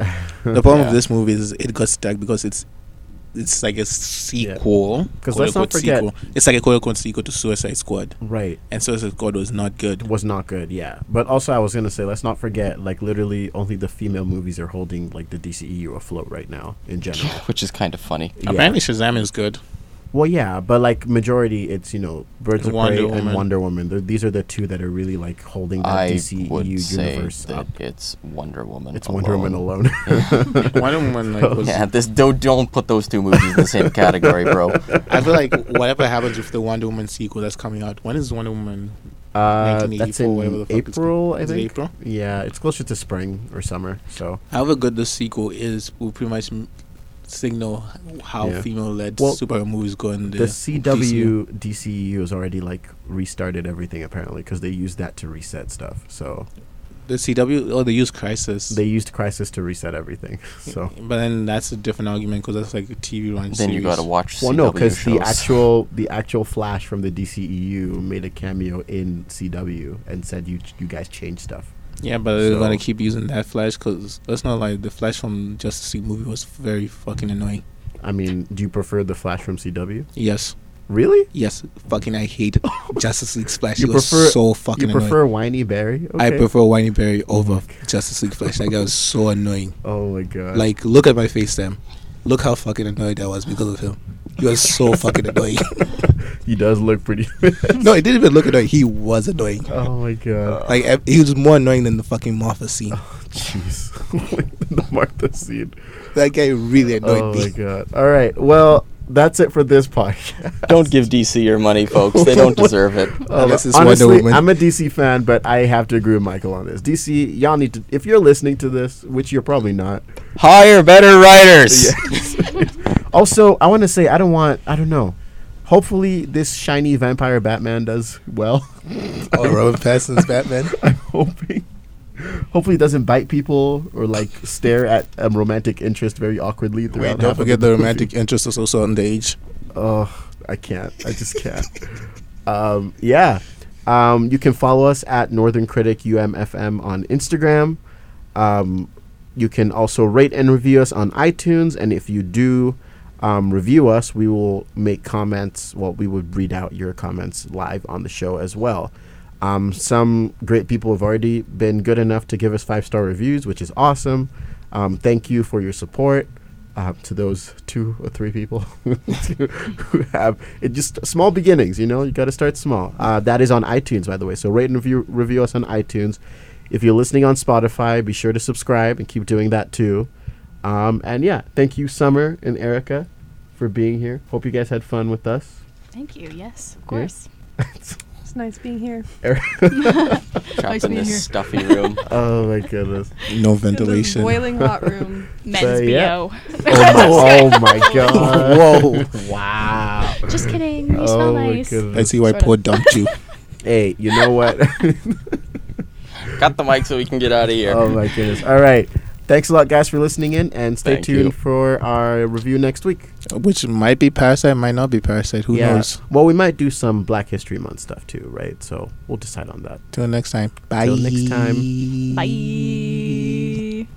the problem Yeah. with this movie is it got stacked because it's. It's like a sequel. 'Cause quote let's not unquote, forget- Sequel. It's like a quote unquote sequel to Suicide Squad. right And Suicide Squad was not good. was not good. Yeah, but also I was gonna say let's not forget like literally only the female movies are holding like the DCEU afloat right now in general. which is kind of funny. Yeah. Apparently, Shazam is good. Well, yeah, but like majority, it's you know Birds of Wonder Prey and Woman. Wonder Woman. Th these are the two that are really like holding the I DCEU would say universe that up. it's Wonder Woman. It's Wonder Woman alone. Wonder Woman like, was Yeah, this don't don't put those two movies in the same category, bro. I feel like whatever happens with the Wonder Woman sequel that's coming out, when is Wonder Woman? uh, 1984, that's in whatever the fuck it's April, called. I Is it think. April? Yeah, it's closer to spring or summer. So, However good the sequel is, will pretty much m- signal how Yeah. female-led Well, superhero movies go in the, the CW DCEU E has already like restarted everything apparently because they used that to reset stuff. So The CW, oh, they use Crisis. they used Crisis to reset everything. So. but then that's a different argument because that's like a TV run. Then you gotta watch. Well, CW no, because the shows. actual the E actual Flash from the DCEU made a cameo in CW and said you you guys changed stuff. Yeah, but they're So- gonna keep using that Flash because let's not like the Flash from Justice League movie was very fucking annoying. I mean, do you prefer the Flash from CW? Yes, Really? yes, fucking I hate Justice League Flash. You it was prefer- so fucking you annoying. prefer Whiny Barry? I prefer Whitey Berry over Justice League Flash. That guy was so annoying. Oh my god. Like, look at my face, Sam. Look how fucking annoyed I was because of him. He was so fucking annoying. he does look pretty. no, he didn't even look annoying. He was annoying. oh my god. Like ev- he was more annoying than the fucking Martha scene. Jeez. the Martha scene. That guy really annoyed Oh my me. god. All right. Well, that's it for this podcast. Don't give DC your money, folks. They don't deserve it. Um, Unless it's Wonder honestly, Woman. I'm a DC fan, but I have to agree with Michael on this. DC, y'all need to. If you're listening to this, which you're probably not. Hire better writers. Also, I want to say I don't want. I don't know. Hopefully, this shiny vampire Batman does well. Oh, Robin Pattinson's Batman. I'm hoping. Hopefully, it doesn't bite people or like stare at a romantic interest very awkwardly. Throughout Wait, half don't of forget the movie. romantic interest is also underage. Oh, I can't. I just can't. um, yeah. Um, you can follow us at Northern Critic UMFM on Instagram. Um, you can also rate and review us on iTunes. And if you do um, review us, we will make comments. Well, we would read out your comments live on the show as well. Um, some great people have already been good enough to give us five star reviews, which is awesome. Um, thank you for your support uh, to those two or three people who have it just small beginnings you know you got to start small uh, that is on itunes by the way so rate and review, review us on itunes if you're listening on spotify be sure to subscribe and keep doing that too um, and yeah thank you summer and erica for being here hope you guys had fun with us Thank you. Yes, of course. It's nice being here. Trapped Nice in being this here. stuffy room. oh my goodness No It was a ventilation. Boiling hot room. Men's So, yeah. BO. oh my god Whoa! wow Just kidding. You smell oh my nice. goodness I see why Sort of. Paul dumped you. hey you know what Got the mic so we can get out of here. Oh my goodness. All right. Thanks a lot, guys, for listening in, and stay Thank tuned you. for our review next week. Which might be Parasite, might not be Parasite. Who knows? Well, we might do some Black History Month stuff too, right? So we'll decide on that. Till next time. Bye. Till next time. Bye.